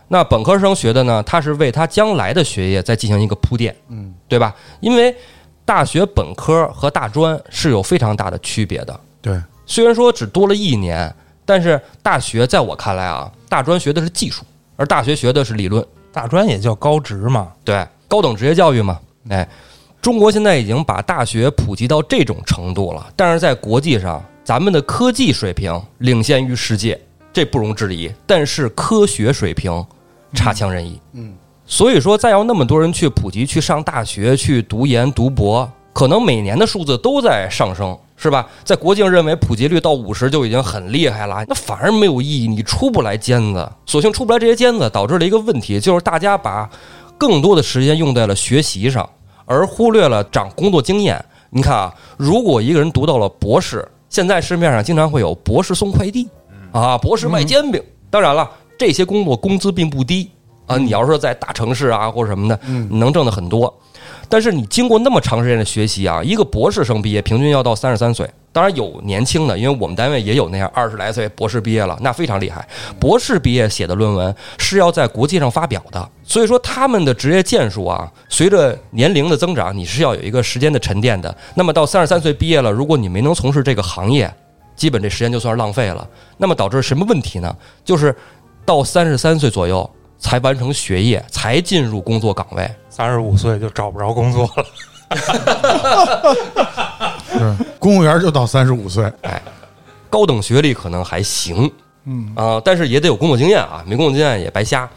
S5: 那本科生学的呢，他是为他将来的学业在进行一个铺垫，嗯，对吧？因为大学本科和大专是有非常大的区别的。
S2: 对，
S5: 虽然说只多了一年，但是大学在我看来啊，大专学的是技术，而大学学的是理论。
S4: 大专也叫高职嘛，
S5: 对，高等职业教育嘛，哎，中国现在已经把大学普及到这种程度了，但是在国际上，咱们的科技水平领先于世界，这不容置疑，但是科学水平差强人意。
S2: 嗯，
S5: 所以说，再要那么多人去普及、去上大学、去读研、读博，可能每年的数字都在上升。是吧？在国境认为普及率到五十就已经很厉害了，那反而没有意义，你出不来尖子。索性出不来这些尖子，导致了一个问题，就是大家把更多的时间用在了学习上，而忽略了长工作经验。你看啊，如果一个人读到了博士，现在市面上经常会有博士送快递，啊，博士卖煎饼。当然了，这些工作工资并不低啊。你要是在大城市啊或者什么的，你能挣的很多。但是你经过那么长时间的学习啊，一个博士生毕业平均要到三十三岁，当然有年轻的，因为我们单位也有那样二十来岁博士毕业了，那非常厉害。博士毕业写的论文是要在国际上发表的，所以说他们的职业建树啊，随着年龄的增长，你是要有一个时间的沉淀的。那么到三十三岁毕业了，如果你没能从事这个行业，基本这时间就算是浪费了。那么导致什么问题呢？就是到三十三岁左右才完成学业，才进入工作岗位。
S4: 三十五岁就找不着工作了。
S2: 是公务员就到三十五岁，
S5: 高等学历可能还行，嗯啊、但是也得有工作经验啊，没工作经验也白瞎。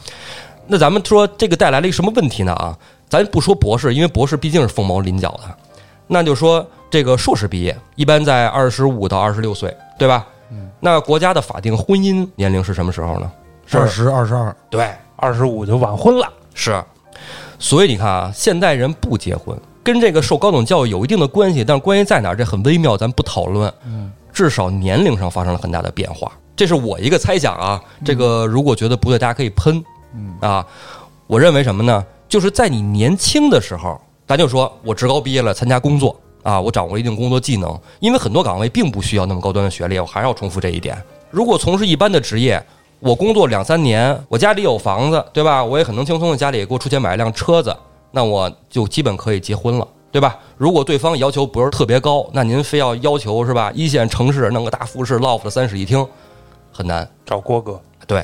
S5: 那咱们说这个带来了一个什么问题呢？啊，咱不说博士，因为博士毕竟是凤毛麟角的，那就说这个硕士毕业一般在二十五到二十六岁，对吧？那国家的法定婚姻年龄是什么时候呢？是
S2: 二十二十二，
S5: 对，
S4: 二十五就晚婚了，
S5: 是，所以你看啊，现代人不结婚，跟这个受高等教育有一定的关系，但是关系在哪儿，这很微妙，咱不讨论。嗯，至少年龄上发生了很大的变化，这是我一个猜想啊。这个如果觉得不对，大家可以喷。嗯啊，我认为什么呢？就是在你年轻的时候，咱就说我职高毕业了，参加工作啊，我掌握了一定工作技能，因为很多岗位并不需要那么高端的学历，我还是要重复这一点。如果从事一般的职业，我工作两三年，我家里有房子，对吧？我也很能轻松的家里给我出钱买一辆车子，那我就基本可以结婚了，对吧？如果对方要求不是特别高，那您非要要求是吧？一线城市弄个大复式 loft 三室一厅，很难。
S4: 找郭哥。
S5: 对，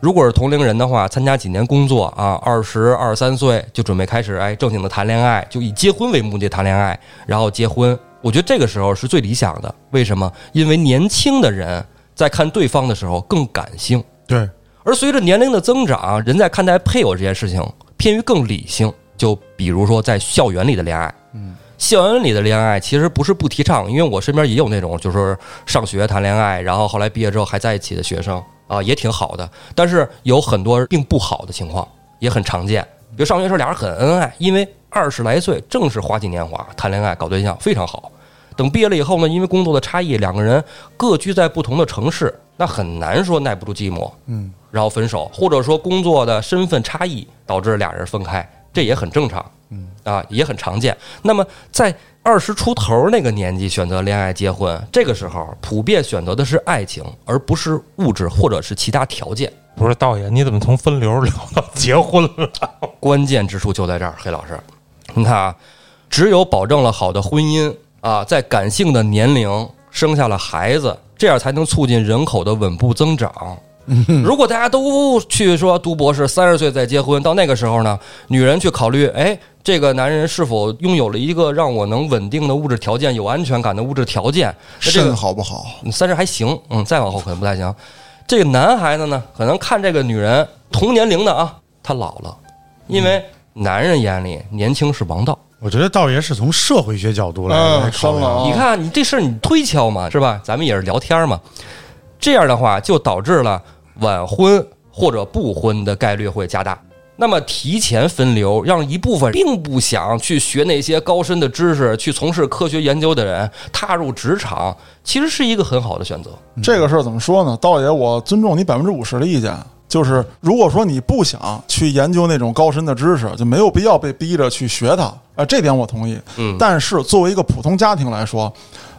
S5: 如果是同龄人的话，参加几年工作啊，二十二三岁就准备开始哎正经的谈恋爱，就以结婚为目的谈恋爱，然后结婚。我觉得这个时候是最理想的。为什么？因为年轻的人在看对方的时候更感性。
S2: 对，
S5: 而随着年龄的增长，人在看待配偶这件事情偏于更理性，就比如说在校园里的恋爱，
S2: 嗯，
S5: 校园里的恋爱其实不是不提倡，因为我身边也有那种就是上学谈恋爱，然后后来毕业之后还在一起的学生啊，也挺好的。但是有很多并不好的情况也很常见，比如上学时候俩人很恩爱，因为二十来岁正是花季年华，谈恋爱搞对象非常好。等毕业了以后呢，因为工作的差异，两个人各居在不同的城市，那很难说耐不住寂寞，
S2: 嗯，
S5: 然后分手，或者说工作的身份差异导致俩人分开，这也很正常，
S2: 嗯
S5: 啊，也很常见。那么在二十出头那个年纪选择恋爱结婚，这个时候普遍选择的是爱情，而不是物质或者是其他条件。
S4: 不是道爷，你怎么从分流聊到结婚了？
S5: 关键之处就在这儿，黑老师，你看啊，只有保证了好的婚姻啊，在感性的年龄生下了孩子，这样才能促进人口的稳步增长。如果大家都去说读博士，三十岁再结婚，到那个时候呢，女人去考虑，哎，这个男人是否拥有了一个让我能稳定的物质条件、有安全感的物质条件？那这个
S3: 肾好不好？
S5: 你三十还行，嗯，再往后可能不太行。这个男孩子呢，可能看这个女人同年龄的啊，他老了，因为男人眼里年轻是王道。
S2: 我觉得道爷是从社会学角度来来
S3: 嗯，
S2: 考
S3: 删了
S2: 量，
S3: 啊！
S5: 你看，你这事儿你推敲嘛，是吧？咱们也是聊天嘛，这样的话就导致了晚婚或者不婚的概率会加大。那么提前分流，让一部分并不想去学那些高深的知识、去从事科学研究的人踏入职场，其实是一个很好的选择。
S3: 这个事儿怎么说呢？道爷，我尊重你百分之五十的意见。就是如果说你不想去研究那种高深的知识，就没有必要被逼着去学它。啊，这点我同意。
S5: 嗯，
S3: 但是作为一个普通家庭来说，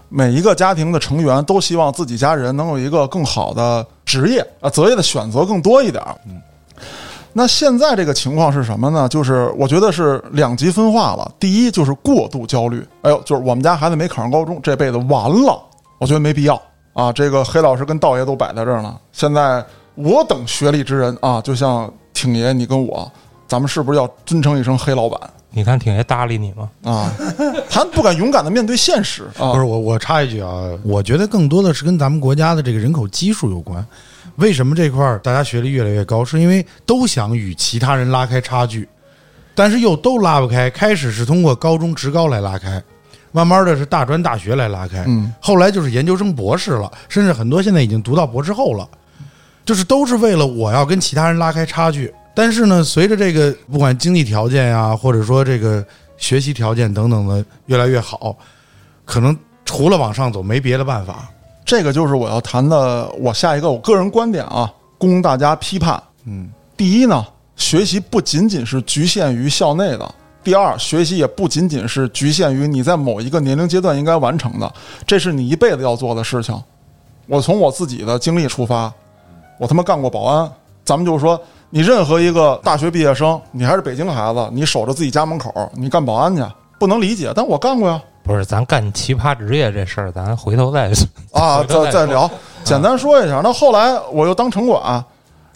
S3: 每一个家庭的成员都希望自己家人能有一个更好的职业啊，择业的选择更多一点。嗯，那现在这个情况是什么呢？就是我觉得是两极分化了。第一就是过度焦虑，哎呦，就是我们家孩子没考上高中，这辈子完了，我觉得没必要啊。这个黑老师跟道爷都摆在这儿了，现在我等学历之人啊，就像挺爷你跟我，咱们是不是要尊称一声黑老板？
S4: 你看挺爷搭理你吗？
S3: 啊，他不敢勇敢的面对现实啊。
S2: 不是我，我插一句啊，我觉得更多的是跟咱们国家的这个人口基数有关。为什么这块儿大家学历越来越高？是因为都想与其他人拉开差距，但是又都拉不开。开始是通过高中职高来拉开，慢慢的是大专大学来拉开，
S3: 嗯
S2: 后来就是研究生博士了，甚至很多现在已经读到博士后了，就是都是为了我要跟其他人拉开差距。但是呢，随着这个不管经济条件呀、或者说这个学习条件等等的越来越好，可能除了往上走没别的办法。
S3: 这个就是我要谈的，我下一个我个人观点啊，供大家批判。
S2: 嗯，
S3: 第一呢，学习不仅仅是局限于校内的；第二，学习也不仅仅是局限于你在某一个年龄阶段应该完成的，这是你一辈子要做的事情。我从我自己的经历出发，我他妈干过保安。咱们就说，你任何一个大学毕业生，你还是北京孩子，你守着自己家门口，你干保安去，不能理解，但我干过呀。
S4: 不是，咱干奇葩职业这事儿，咱回头再说
S3: 啊，
S4: 回头
S3: 再再
S4: 说
S2: 嗯
S3: 聊，简单说一下。那后来我又当城管，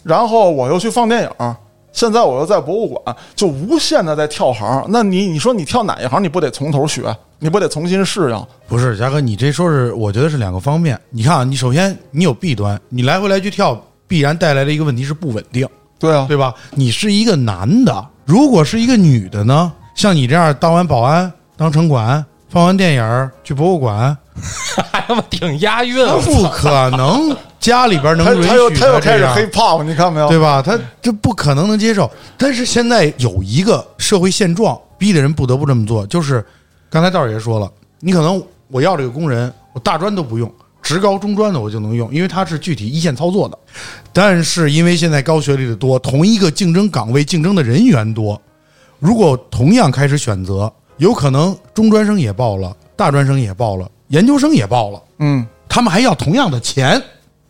S3: 然后我又去放电影，现在我又在博物馆，就无限的在跳行。那你你说你跳哪一行，你不得从头学，你不得重新适应？
S2: 不是，嘉哥，你这说是我觉得是两个方面。你看啊，你首先你有弊端，你来回来去跳，必然带来的一个问题是不稳定，
S3: 对啊，
S2: 对吧？你是一个男的，如果是一个女的呢，像你这样当完保安、当城管、放完电影儿去博物馆，
S5: 还他妈挺押韵啊
S2: 那不可 能家里边能
S3: 他
S2: 允许
S3: 他又他又
S2: 这
S3: 开始
S2: 样
S3: 黑 pop，你看没有？
S2: 对吧？他这不可能能接受。但是现在有一个社会现状，逼的人不得不这么做，就是刚才道爷说了，你可能我要这个工人，我大专都不用，职高中专的我就能用，因为它是具体一线操作的。但是因为现在高学历的多，同一个竞争岗位竞争的人员多，如果同样开始选择，有可能中专生也报了，大专生也报了，研究生也报了。
S3: 嗯，
S2: 他们还要同样的钱，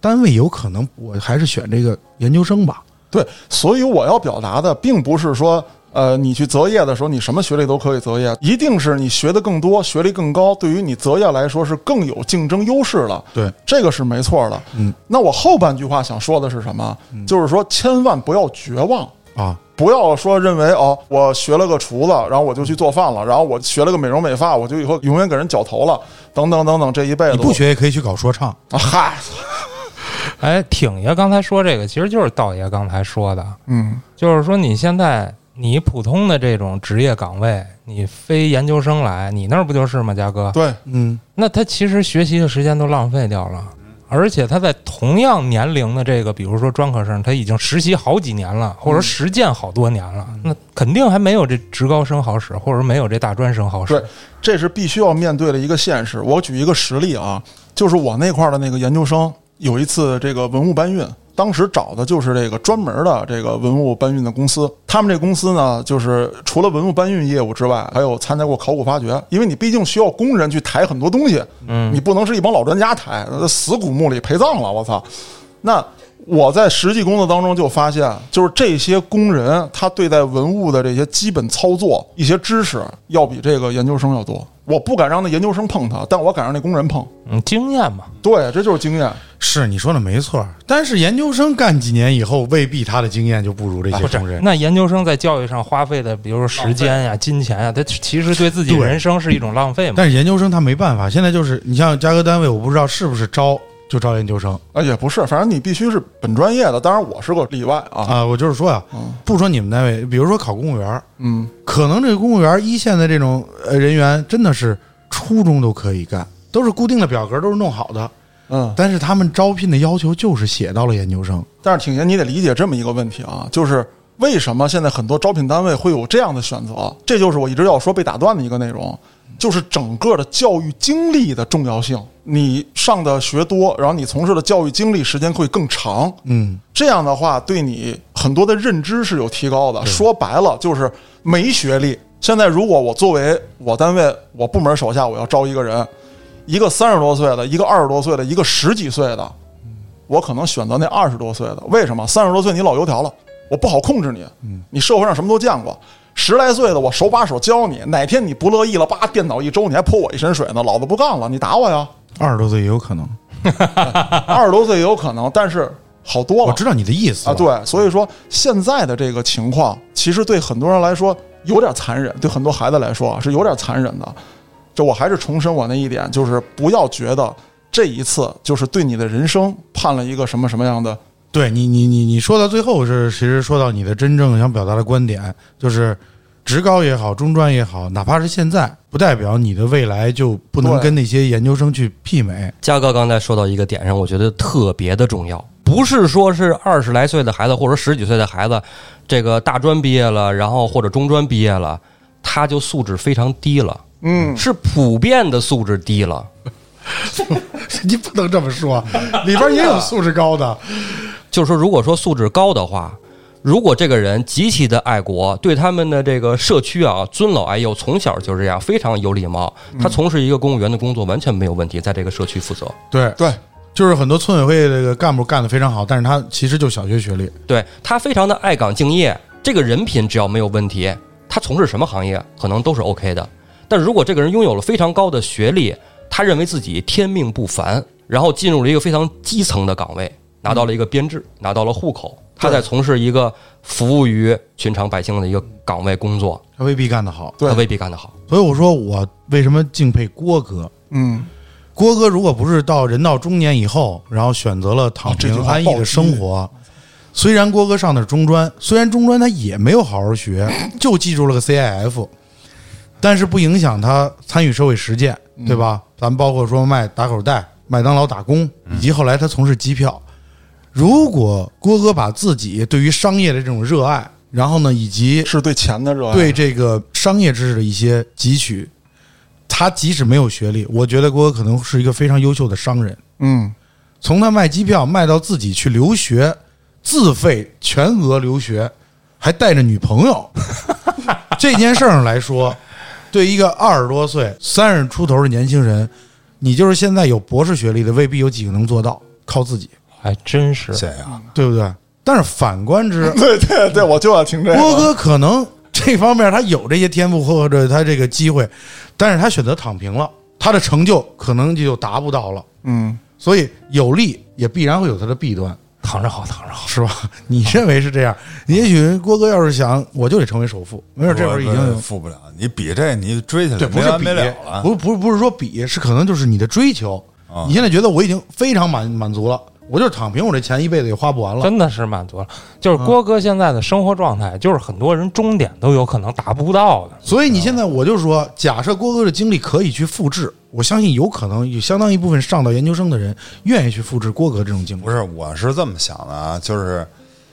S2: 单位有可能我还是选这个研究生吧。
S3: 对。所以我要表达的并不是说。呃，你去择业的时候，你什么学历都可以择业，一定是你学的更多，学历更高，对于你择业来说是更有竞争优势了。
S2: 对，
S3: 这个是没错的。
S2: 嗯，
S3: 那我后半句话想说的是什么？就是说，千万不要绝望，
S2: 啊，
S3: 不要说认为哦，我学了个厨子，然后我就去做饭了，然后我学了个美容美发，我就以后永远给人绞头了，等等等等，这一辈子
S2: 你不学也可以去搞说唱。
S3: 啊嗨，
S4: 哎，挺爷刚才说这个，其实就是道爷刚才说的，
S3: 嗯
S4: 就是说你现在你普通的这种职业岗位，你非研究生来，你那儿不就是吗，嘉哥？
S3: 对，
S2: 嗯，
S4: 那他其实学习的时间都浪费掉了，
S3: 嗯
S4: 而且他在同样年龄的这个，比如说专科生，他已经实习好几年
S3: 嗯
S4: 了，或者实践好多年了，那肯定还没有这职高生好使，或者没有这大专生好使
S3: 对。这是必须要面对的一个现实。我举一个实例啊，就是我那块儿的那个研究生，有一次这个文物搬运，当时找的就是这个专门的这个文物搬运的公司。他们这公司呢，就是除了文物搬运业务之外，还有参加过考古发掘，因为你毕竟需要工人去抬很多东西，
S4: 嗯
S3: 你不能是一帮老专家抬，那死古墓里陪葬了，我操！那我在实际工作当中就发现，就是这些工人他对待文物的这些基本操作、一些知识，要比这个研究生要多。我不敢让那研究生碰它，但我敢让那工人碰。
S4: 嗯，经验嘛，
S3: 对，这就是经验。
S2: 是你说的没错儿。但是研究生干几年以后，未必他的经验啊就不如这些
S4: 不是
S2: 工人。
S4: 那研究生在教育上花费的，比如说时间呀、金钱呀，他其实对自己
S2: 对
S4: 人生是一种浪费嘛。
S2: 但是研究生他没办法，现在就是你像嘉哥单位，我不知道是不是招就招研究生
S3: 啊，也不是，反正你必须是本专业的。当然，我是个例外啊。
S2: 啊。我就是说呀、
S3: 嗯
S2: 不说你们单位，比如说考公务员儿，
S3: 嗯，
S2: 可能这个公务员儿一线的这种呃人员真的是初中都可以干，都是固定的表格，都是弄好的。
S3: 嗯，
S2: 但是他们招聘的要求就是写到了研究生，
S3: 但是挺爷，你得理解这么一个问题啊，就是为什么现在很多招聘单位会有这样的选择？这就是我一直要说被打断的一个内容，就是整个的教育经历的重要性。你上的学多，然后你从事的教育经历时间会更长，
S2: 嗯，
S3: 这样的话对你很多的认知是有提高的。说白了就是没学历。现在如果我作为我单位我部门手下我要招一个人，一个三十多岁的，一个二十多岁的，一个十几岁的，我可能选择那二十多岁的。为什么？三十多岁你老油条了，我不好控制你。你社会上什么都见过。十来岁的我手把手教你，哪天你不乐意了，叭，电脑一周你还泼我一身水呢，老子不干了，你打我呀！
S2: 二十多岁也有可能。
S3: 二十多岁也有可能，但是好多
S2: 我
S3: 了
S2: 知道你的意思
S3: 啊。
S2: 了，
S3: 对，所以说现在的这个情况，其实对很多人来说有点残忍，对很多孩子来说啊是有点残忍的。这我还是重申我那一点，就是不要觉得这一次就是对你的人生判了一个什么什么样的
S2: 对你，你你你说到最后是，其实说到你的真正想表达的观点，就是职高也好，中专也好，哪怕是现在，不代表你的未来就不能
S3: 对
S2: 跟那些研究生去媲美。
S5: 嘉哥刚才说到一个点上，我觉得特别的重要，不是说是二十来岁的孩子或者十几岁的孩子，这个大专毕业了，然后或者中专毕业了，他就素质非常低了，
S3: 嗯，
S5: 是普遍的素质低了。
S2: 你不能这么 说，里边也有素质高的。
S5: 就是说，如果说素质高的话，如果这个人极其的爱国，对他们的这个社区啊尊老爱幼，从小就这样，非常有礼貌。他从事一个公务员的工作完全没有问题，在这个社区负责。
S2: 对，
S3: 对，
S2: 就是很多村委会这个干部干得非常好，但是他其实就小学学历。
S5: 对他非常的爱岗敬业，这个人品只要没有问题，他从事什么行业可能都是 OK 的。但如果这个人拥有了非常高的学历，他认为自己天命不凡，然后进入了一个非常基层的岗位，拿到了一个编制，拿到了户口，他在从事一个服务于寻常百姓的一个岗位工作，
S2: 他未必干得好，
S3: 对
S5: 他未必干得好。
S2: 所以我说我为什么敬佩郭哥？
S3: 嗯，
S2: 郭哥如果不是到人到中年以后，然后选择了躺
S3: 哦这句
S2: 平
S3: 话
S2: 安逸的生活，虽然郭哥上的是中专，虽然中专他也没有好好学， 就记住了个 CIF，但是不影响他参与社会实践，
S3: 嗯
S2: 对吧？咱们包括说卖打口袋、麦当劳打工，
S3: 嗯
S2: 以及后来他从事机票。如果郭哥把自己对于商业的这种热爱，然后呢，以及
S3: 是对钱的热爱。
S2: 对这个商业知识的一些汲取。他即使没有学历，我觉得郭哥可能是一个非常优秀的商人。
S3: 嗯，
S2: 从他卖机票卖到自己去留学，自费全额留学，还带着女朋友，这件事儿上来说，对一个二十多岁、三十出头的年轻人，你就是现在有博士学历的，未必有几个能做到，靠自己，
S4: 还真是，
S1: 这样
S2: 对不对？但是反观之，
S3: 对对对，我就要听这
S2: 郭
S3: 个。
S2: 哥可能这方面他有这些天赋或者他这个机会，但是他选择躺平了，他的成就可能就达不到了。
S3: 嗯，
S2: 所以有利也必然会有它的弊端，
S4: 躺着好，躺着好。
S2: 是吧？你认为是这样？也许郭哥要是想，我就得成为首富，没准这会儿已经
S1: 我
S2: 有
S1: 富不了。你比这你追起来
S2: 对，不
S1: 没
S2: 是
S1: 完
S2: 比
S1: 没了啊了。
S2: 不是不是不是说比，是可能就是你的追求。
S1: 啊
S2: 你现在觉得我已经非常满满足了，我就躺平，我这钱一辈子也花不完了。
S4: 真的是满足了。就是
S1: 嗯
S4: 郭哥现在的生活状态，就是很多人终点都有可能达不到的。
S2: 所以你现在我就说，假设郭哥的经历可以去复制，我相信有可能有相当一部分上到研究生的人愿意去复制郭哥这种经历
S1: 不。是，我是这么想的啊，就是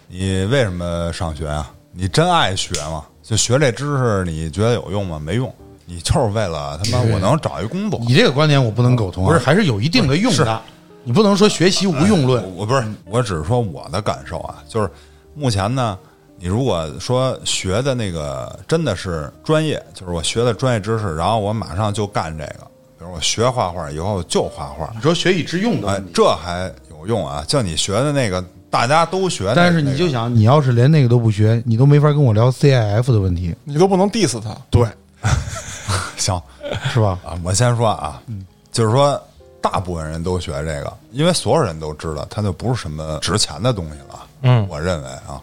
S1: 你为什么上学啊？你真爱学吗？就学这知识，你觉得有用吗？没用，你就是为了他妈我能找一工作。
S2: 你这个观点我不能苟同、啊，
S1: 不是
S2: 还是哎有一定的用的。你不能说学习无用论，
S1: 我我不是，我只是说我的感受啊，就是目前呢，你如果说学的那个真的是专业，就是我学的专业知识，然后我马上就干这个，比如我学画画以后就画画，
S2: 你说学以致用的
S1: 哎
S2: 问，题。
S1: 这还有用啊？就你学的那个，大家都学那个，
S2: 但是你就想，你要是连那个都不学，你都没法跟我聊 CIF 的问题，
S3: 你都不能 diss 他。
S2: 对，
S1: 那个行，
S2: 是 吧？
S1: 啊，我先说啊，
S2: 嗯
S1: 就是说，大部分人都学这个，因为所有人都知道，它就不是什么值钱的东西了。
S4: 嗯
S1: 我认为啊，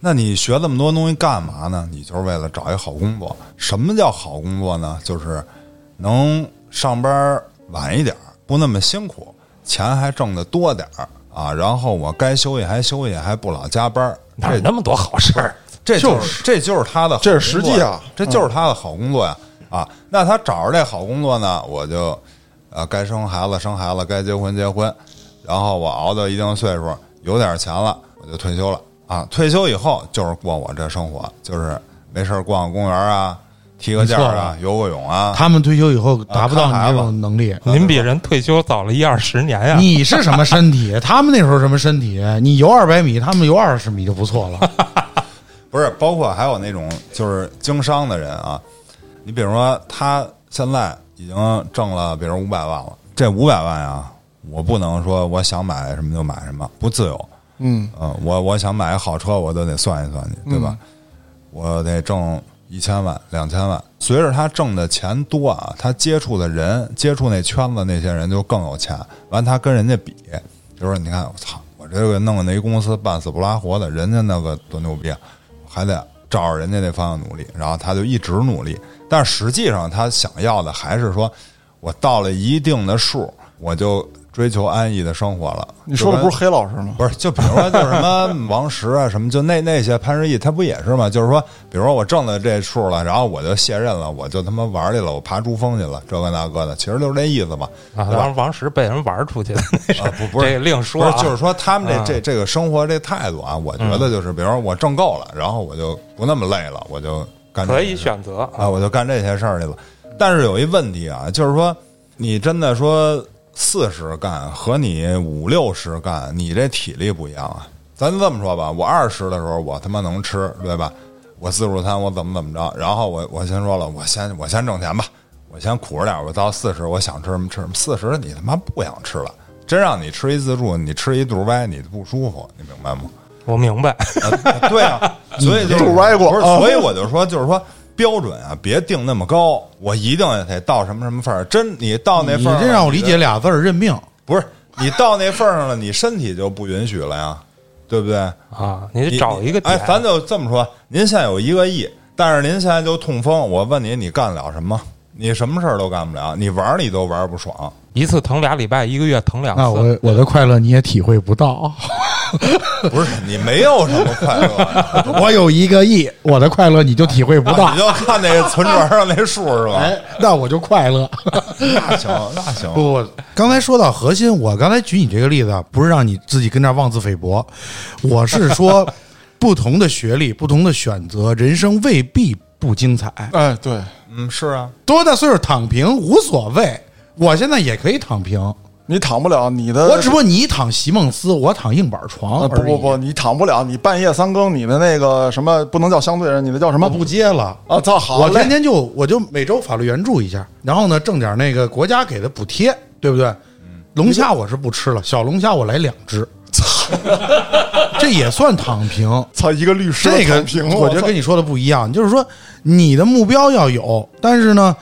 S1: 那你学这么多东西干嘛呢？你就是为了找一好工作。什么叫好工作呢？就是能上班晚一点儿，不那么辛苦，钱还挣得多点儿啊。然后我该休息还休息，还不老加班儿。
S4: 哪有那么多好事儿？
S1: 这就是这就是他的好工作，
S3: 这是实际啊
S1: 这就是他的好工作呀、啊！那他找着这好工作呢，我就呃该生孩子生孩子，该结婚结婚，然后我熬到一定岁数，有点钱了，我就退休了啊！退休以后就是过我这生活，就是没事儿逛逛公园啊，踢个毽儿啊，游个泳啊。
S2: 他们退休以后达不到
S1: 看
S2: 你
S1: 孩
S2: 这
S1: 子
S2: 种能力。
S1: 嗯
S4: 您比人退休早了一二十年呀、
S2: 你是什么身体？ 他们那时候什么身体？你游二百米，他们游二十米就不错 了。
S1: 不是，包括还有那种就是经商的人啊，你比如说他现在已经挣了，比如五百万了，这五百万啊，我不能说我想买什么就买什么，不自由。
S3: 嗯，
S1: 嗯，我我想买个好车，我都得算一算去，对吧？我得挣一千万、两千万。随着他挣的钱多啊，他接触的人、接触那圈子那些人就更有钱。完，他跟人家比，就说你看，我操，我这个弄个一公司半死不拉活的，人家那个多牛逼，啊，我还得照着人家那方向努力。然后他就一直努力，但实际上他想要的还是说，我到了一定的数，我就追求安逸的生活了。
S3: 你说的
S1: 就
S3: 不
S1: 跟
S3: 是黑老师吗？
S1: 不是，就比如说，就是什么王石啊，什么就那那些潘石屹，他不也是吗？就是说，比如说我挣了这数了，然后我就卸任了，我就他妈玩儿去了，我爬珠峰去了，这个那个的，其实就是这意思嘛。
S4: 啊，
S1: 对吧
S4: 王王石被人玩出去的那事儿、
S1: 啊不不是
S4: 这另说、
S1: 不
S4: 啊，
S1: 是，就是说他们这
S4: 啊
S1: 这这个生活这态度啊，我觉得就是，比如说我挣够了，然后我就不那么累了，我就干这
S4: 可
S1: 个
S4: 以
S1: 事儿
S4: 选择
S1: 啊，我就干这些事儿去了。但是有一问题啊，就是说你真的说四十干和你五六十干，你这体力不一样啊。咱就这么说吧，我二十的时候我他妈能吃，对吧？我自助餐我怎么怎么着，然后我我先说了，我先我先挣钱吧，我先苦着点儿，我到四十我想吃什么吃什么。四十你他妈不想吃了，真让你吃一自助，你吃一肚歪，你不舒服，你明白吗？
S4: 我明白。
S1: 啊 对啊，所以就
S3: 你
S1: 是
S3: 就歪过
S1: 不是
S3: 啊
S1: 所以我就说，就是说标准啊，别定那么高，我一定得到什么什么份儿。真你到那
S2: 你
S1: 份儿，
S2: 这让我理解，俩字儿认命。
S1: 不是你到那份儿上了，你身体就不允许了呀，对不对？
S4: 啊，你得
S1: 你
S4: 找一个
S1: 你哎
S4: 点，，
S1: 咱就这么说，您现在有一个亿，但是您现在就痛风，我问你，你干得了什么？你什么事儿都干不了，你玩儿你都玩儿不爽。
S4: 一次疼俩礼拜，一个月疼两次。
S2: 那我我的快乐你也体会不 到。
S1: 不是你没有什么快乐呀，
S2: 我有一个亿，我的快乐啊你就体会不到
S1: 你。就看那个存折上那数是吧？
S2: 哎，那我就快乐。
S1: 那行，那行，
S2: 不 不，刚才说到核心，我刚才举你这个例子，啊，不是让你自己跟这儿妄自菲薄，我是 说，不同的学历、不同的选择，人生未必不精彩。
S3: 哎，对，
S1: 嗯，是啊，
S2: 多大岁数躺平无所谓，我现在也可以躺平，
S3: 你躺不了，你的
S2: 我只不过你躺席梦思，我躺硬板床
S3: 啊
S2: 而
S3: 不
S2: 已
S3: 不不，，你躺不了，你半夜三更，你的那个什么不能叫相对人，你的叫什么
S2: 我不接了。
S3: 啊？操，好
S2: 我天
S3: 嘞，
S2: 天就我就每周法律援助一下，然后呢挣点那个国家给的补贴，对不对？龙虾我是不吃了，小龙虾我来两只，这也算躺平。
S3: 操一个律师
S2: 这个
S3: 躺平，
S2: 我觉得
S3: 操
S2: 跟你说的不一样，就是说你的目标要有，但是呢，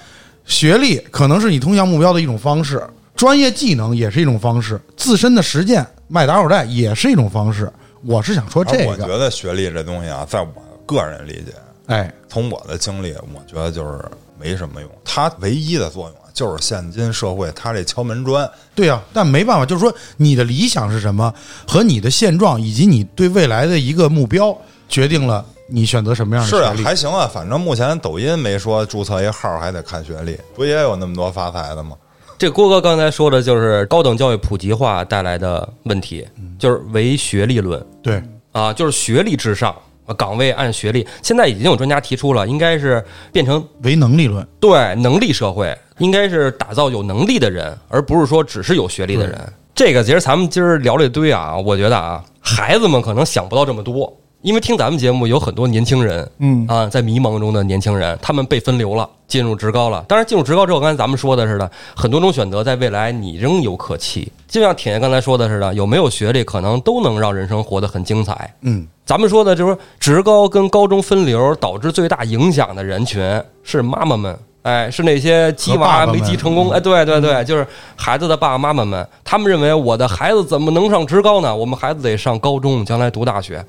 S2: 学历可能是你通向目标的一种方式，专业技能也是一种方式，自身的实践卖打口袋也是一种方式。我是想说这
S1: 而我觉
S2: 个，
S1: 得啊学历这东西啊，在我个人理解，
S2: 哎，
S1: 从我的经历，我觉得就是没什么用，它唯一的作用啊就是现今社会它这敲门砖，
S2: 对呀、但没办法，就是说你的理想是什么，和你的现状以及你对未来的一个目标，决定了你选择什么样的
S1: 是啊
S2: 嗯学历。
S1: 还行啊，反正目前抖音没说注册一号还得看学历，不也有那么多发财的吗？
S5: 这郭哥刚才说的就是高等教育普及化带来的问题，就是唯学历论
S2: 对，
S5: 啊，就是学历至上，啊岗位按学历。现在已经有专家提出了，应该是变成
S2: 唯能力论，
S5: 对能力社会，应该是打造有能力的人，而不是说只是有学历的人。这个其实咱们今儿聊了一堆啊，我觉得啊，孩子们可能想不到这么多，因为听咱们节目有很多年轻人，
S3: 嗯
S5: 啊，在迷茫中的年轻人，他们被分流了，进入职高了。当然，进入职高之后，刚才咱们说的似的，很多种选择在未来你仍有可期。就像铁爷刚才说的似的，有没有学历，可能都能让人生活得很精彩。
S2: 嗯，
S5: 咱们说的就是职高跟高中分流导致最大影响的人群是妈妈们，哎，是那些鸡
S2: 和爸
S5: 娃
S2: 爸们
S5: 没鸡成功，哎，对对
S2: 嗯
S5: 对，就是孩子的爸爸妈妈们，他们认为我的孩子怎么能上职高呢？我们孩子得上高中，将来读大学。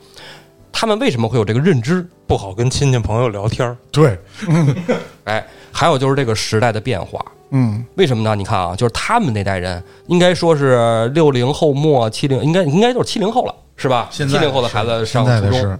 S5: 他们为什么会有这个认知？
S4: 不好跟亲戚朋友聊天儿。
S2: 对，
S5: 哎，还有就是这个时代的变化，
S3: 嗯，
S5: 为什么呢？你看啊，就是他们那代人，应该说是六零后末七零，应该应该就是七零后了，是吧？七
S2: 现在
S5: 零后的孩子上
S2: 现在
S5: 初
S2: 的
S5: 中，
S2: 是，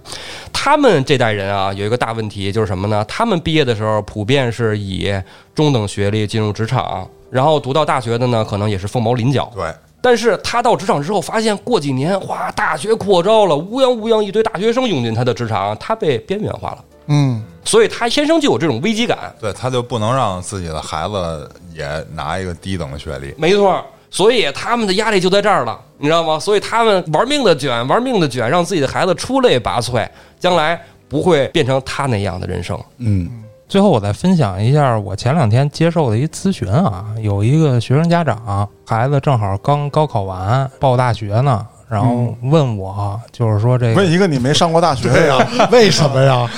S5: 他们这代人啊，有一个大问题就是什么呢？他们毕业的时候普遍是以中等学历进入职场，然后读到大学的呢，可能也是凤毛麟角。
S1: 对，
S5: 但是他到职场之后，发现过几年，哇，大学扩招了，乌泱乌泱一堆大学生涌进他的职场，他被边缘化了，
S3: 嗯，
S5: 所以他天生就有这种危机感。
S1: 对，他就不能让自己的孩子也拿一个低等的学历。
S5: 没错，所以他们的压力就在这儿了，你知道吗？所以他们玩命的卷，玩命的卷，让自己的孩子出类拔萃，将来不会变成他那样的人生。
S2: 嗯，
S4: 最后，我再分享一下我前两天接受的一咨询啊，有一个学生家长，孩子正好刚高考完报大学呢，然后问我，就是说这
S3: 问
S4: 个
S3: 一个你没上过大学的
S2: 对呀、啊
S3: 呀，
S2: 为什么呀？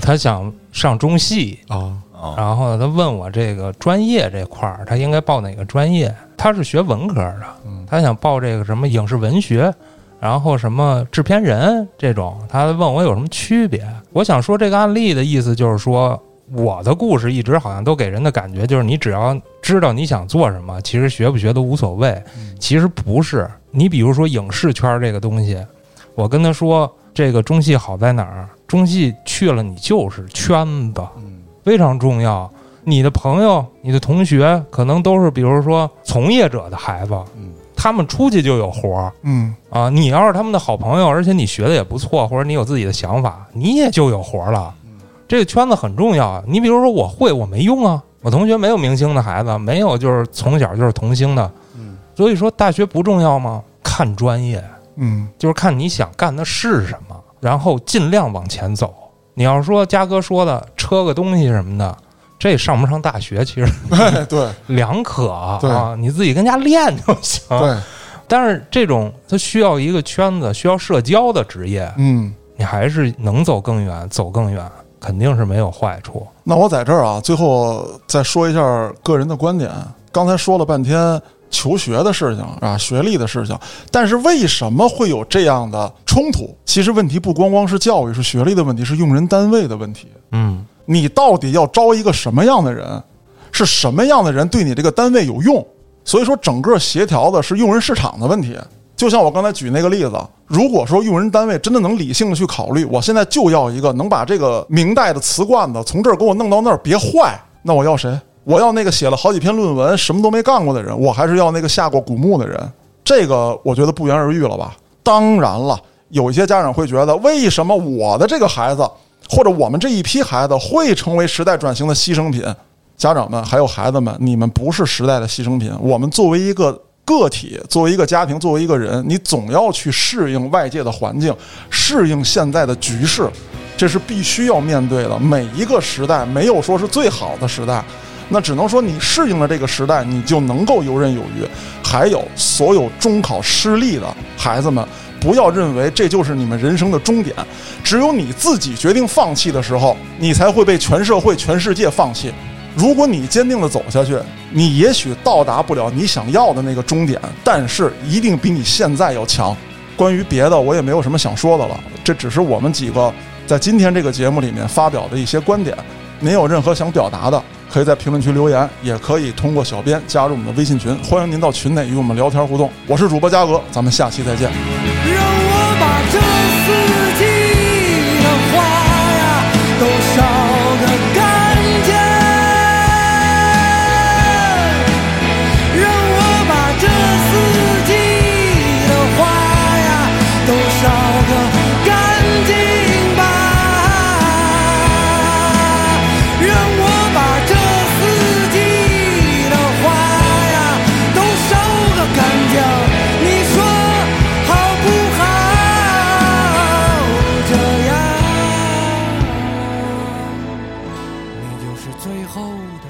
S4: 他想上中戏，
S2: 啊，
S1: 啊、
S4: 然后他问我这个专业这块儿，他应该报哪个专业？他是学文科的，他想报这个什么影视文学，然后什么制片人这种。他问我有什么区别？我想说这个案例的意思就是说，我的故事一直好像都给人的感觉就是，你只要知道你想做什么，其实学不学都无所谓。其实不是，你比如说影视圈这个东西，我跟他说这个中戏好在哪儿？中戏去了，你就是圈子。
S2: 嗯
S4: 非常重要。你的朋友、你的同学，可能都是比如说从业者的孩子，
S2: 嗯
S4: 他们出去就有活儿
S3: 嗯，
S4: 啊。你要是他们的好朋友，而且你学的也不错，或者你有自己的想法，你也就有活儿了。
S2: 嗯
S4: 这个圈子很重要啊。你比如说，我会我没用啊，我同学没有明星的孩子，没有就是从小就是童星的，
S2: 嗯，
S4: 所以说大学不重要吗？看专业，
S3: 嗯，
S4: 就是看你想干的是什么，然后尽量往前走。你要说嘉哥说的车个东西什么的，这上不上大学其实
S2: 嗯
S3: 哎， 对
S4: 两可啊，
S3: 对
S4: 你自己跟家练就行。
S3: 对，
S4: 但是这种它需要一个圈子，需要社交的职业，
S3: 嗯。
S4: 你还是能走更远，走更远肯定是没有坏处。
S3: 那我在这儿啊，最后再说一下个人的观点。刚才说了半天求学的事情啊，学历的事情，但是为什么会有这样的冲突？其实问题不光光是教育，是学历的问题，是用人单位的问题。
S4: 嗯，
S3: 你到底要招一个什么样的人？是什么样的人对你这个单位有用？所以说，整个协调的是用人市场的问题。就像我刚才举那个例子，如果说用人单位真的能理性的去考虑，我现在就要一个能把这个明代的瓷罐子从这儿给我弄到那儿别坏，那我要谁？我要那个写了好几篇论文什么都没干过的人，我还是要那个下过古墓的人？这个我觉得不言而喻了吧？当然了，有一些家长会觉得，为什么我的这个孩子或者我们这一批孩子会成为时代转型的牺牲品？家长们还有孩子们，你们不是时代的牺牲品。我们作为一个个体，作为一个家庭，作为一个人，你总要去适应外界的环境，适应现在的局势，这是必须要面对的。每一个时代没有说是最好的时代，那只能说你适应了这个时代，你就能够游刃有余。还有所有中考失利的孩子们，不要认为这就是你们人生的终点。只有你自己决定放弃的时候，你才会被全社会、全世界放弃。如果你坚定的走下去，你也许到达不了你想要的那个终点，但是一定比你现在要强。关于别的，我也没有什么想说的了，这只是我们几个在今天这个节目里面发表的一些观点。您有任何想表达的，可以在评论区留言，也可以通过小编加入我们的微信群，欢迎您到群内与我们聊天互动。我是主播嘉哥，咱们下期再见。
S6: 让我把这四季的花呀都烧得干净，让我把这四季的花呀都烧得干净吧，让我把这四季的花呀都烧个干净，你说好不好？这样，你就是最后的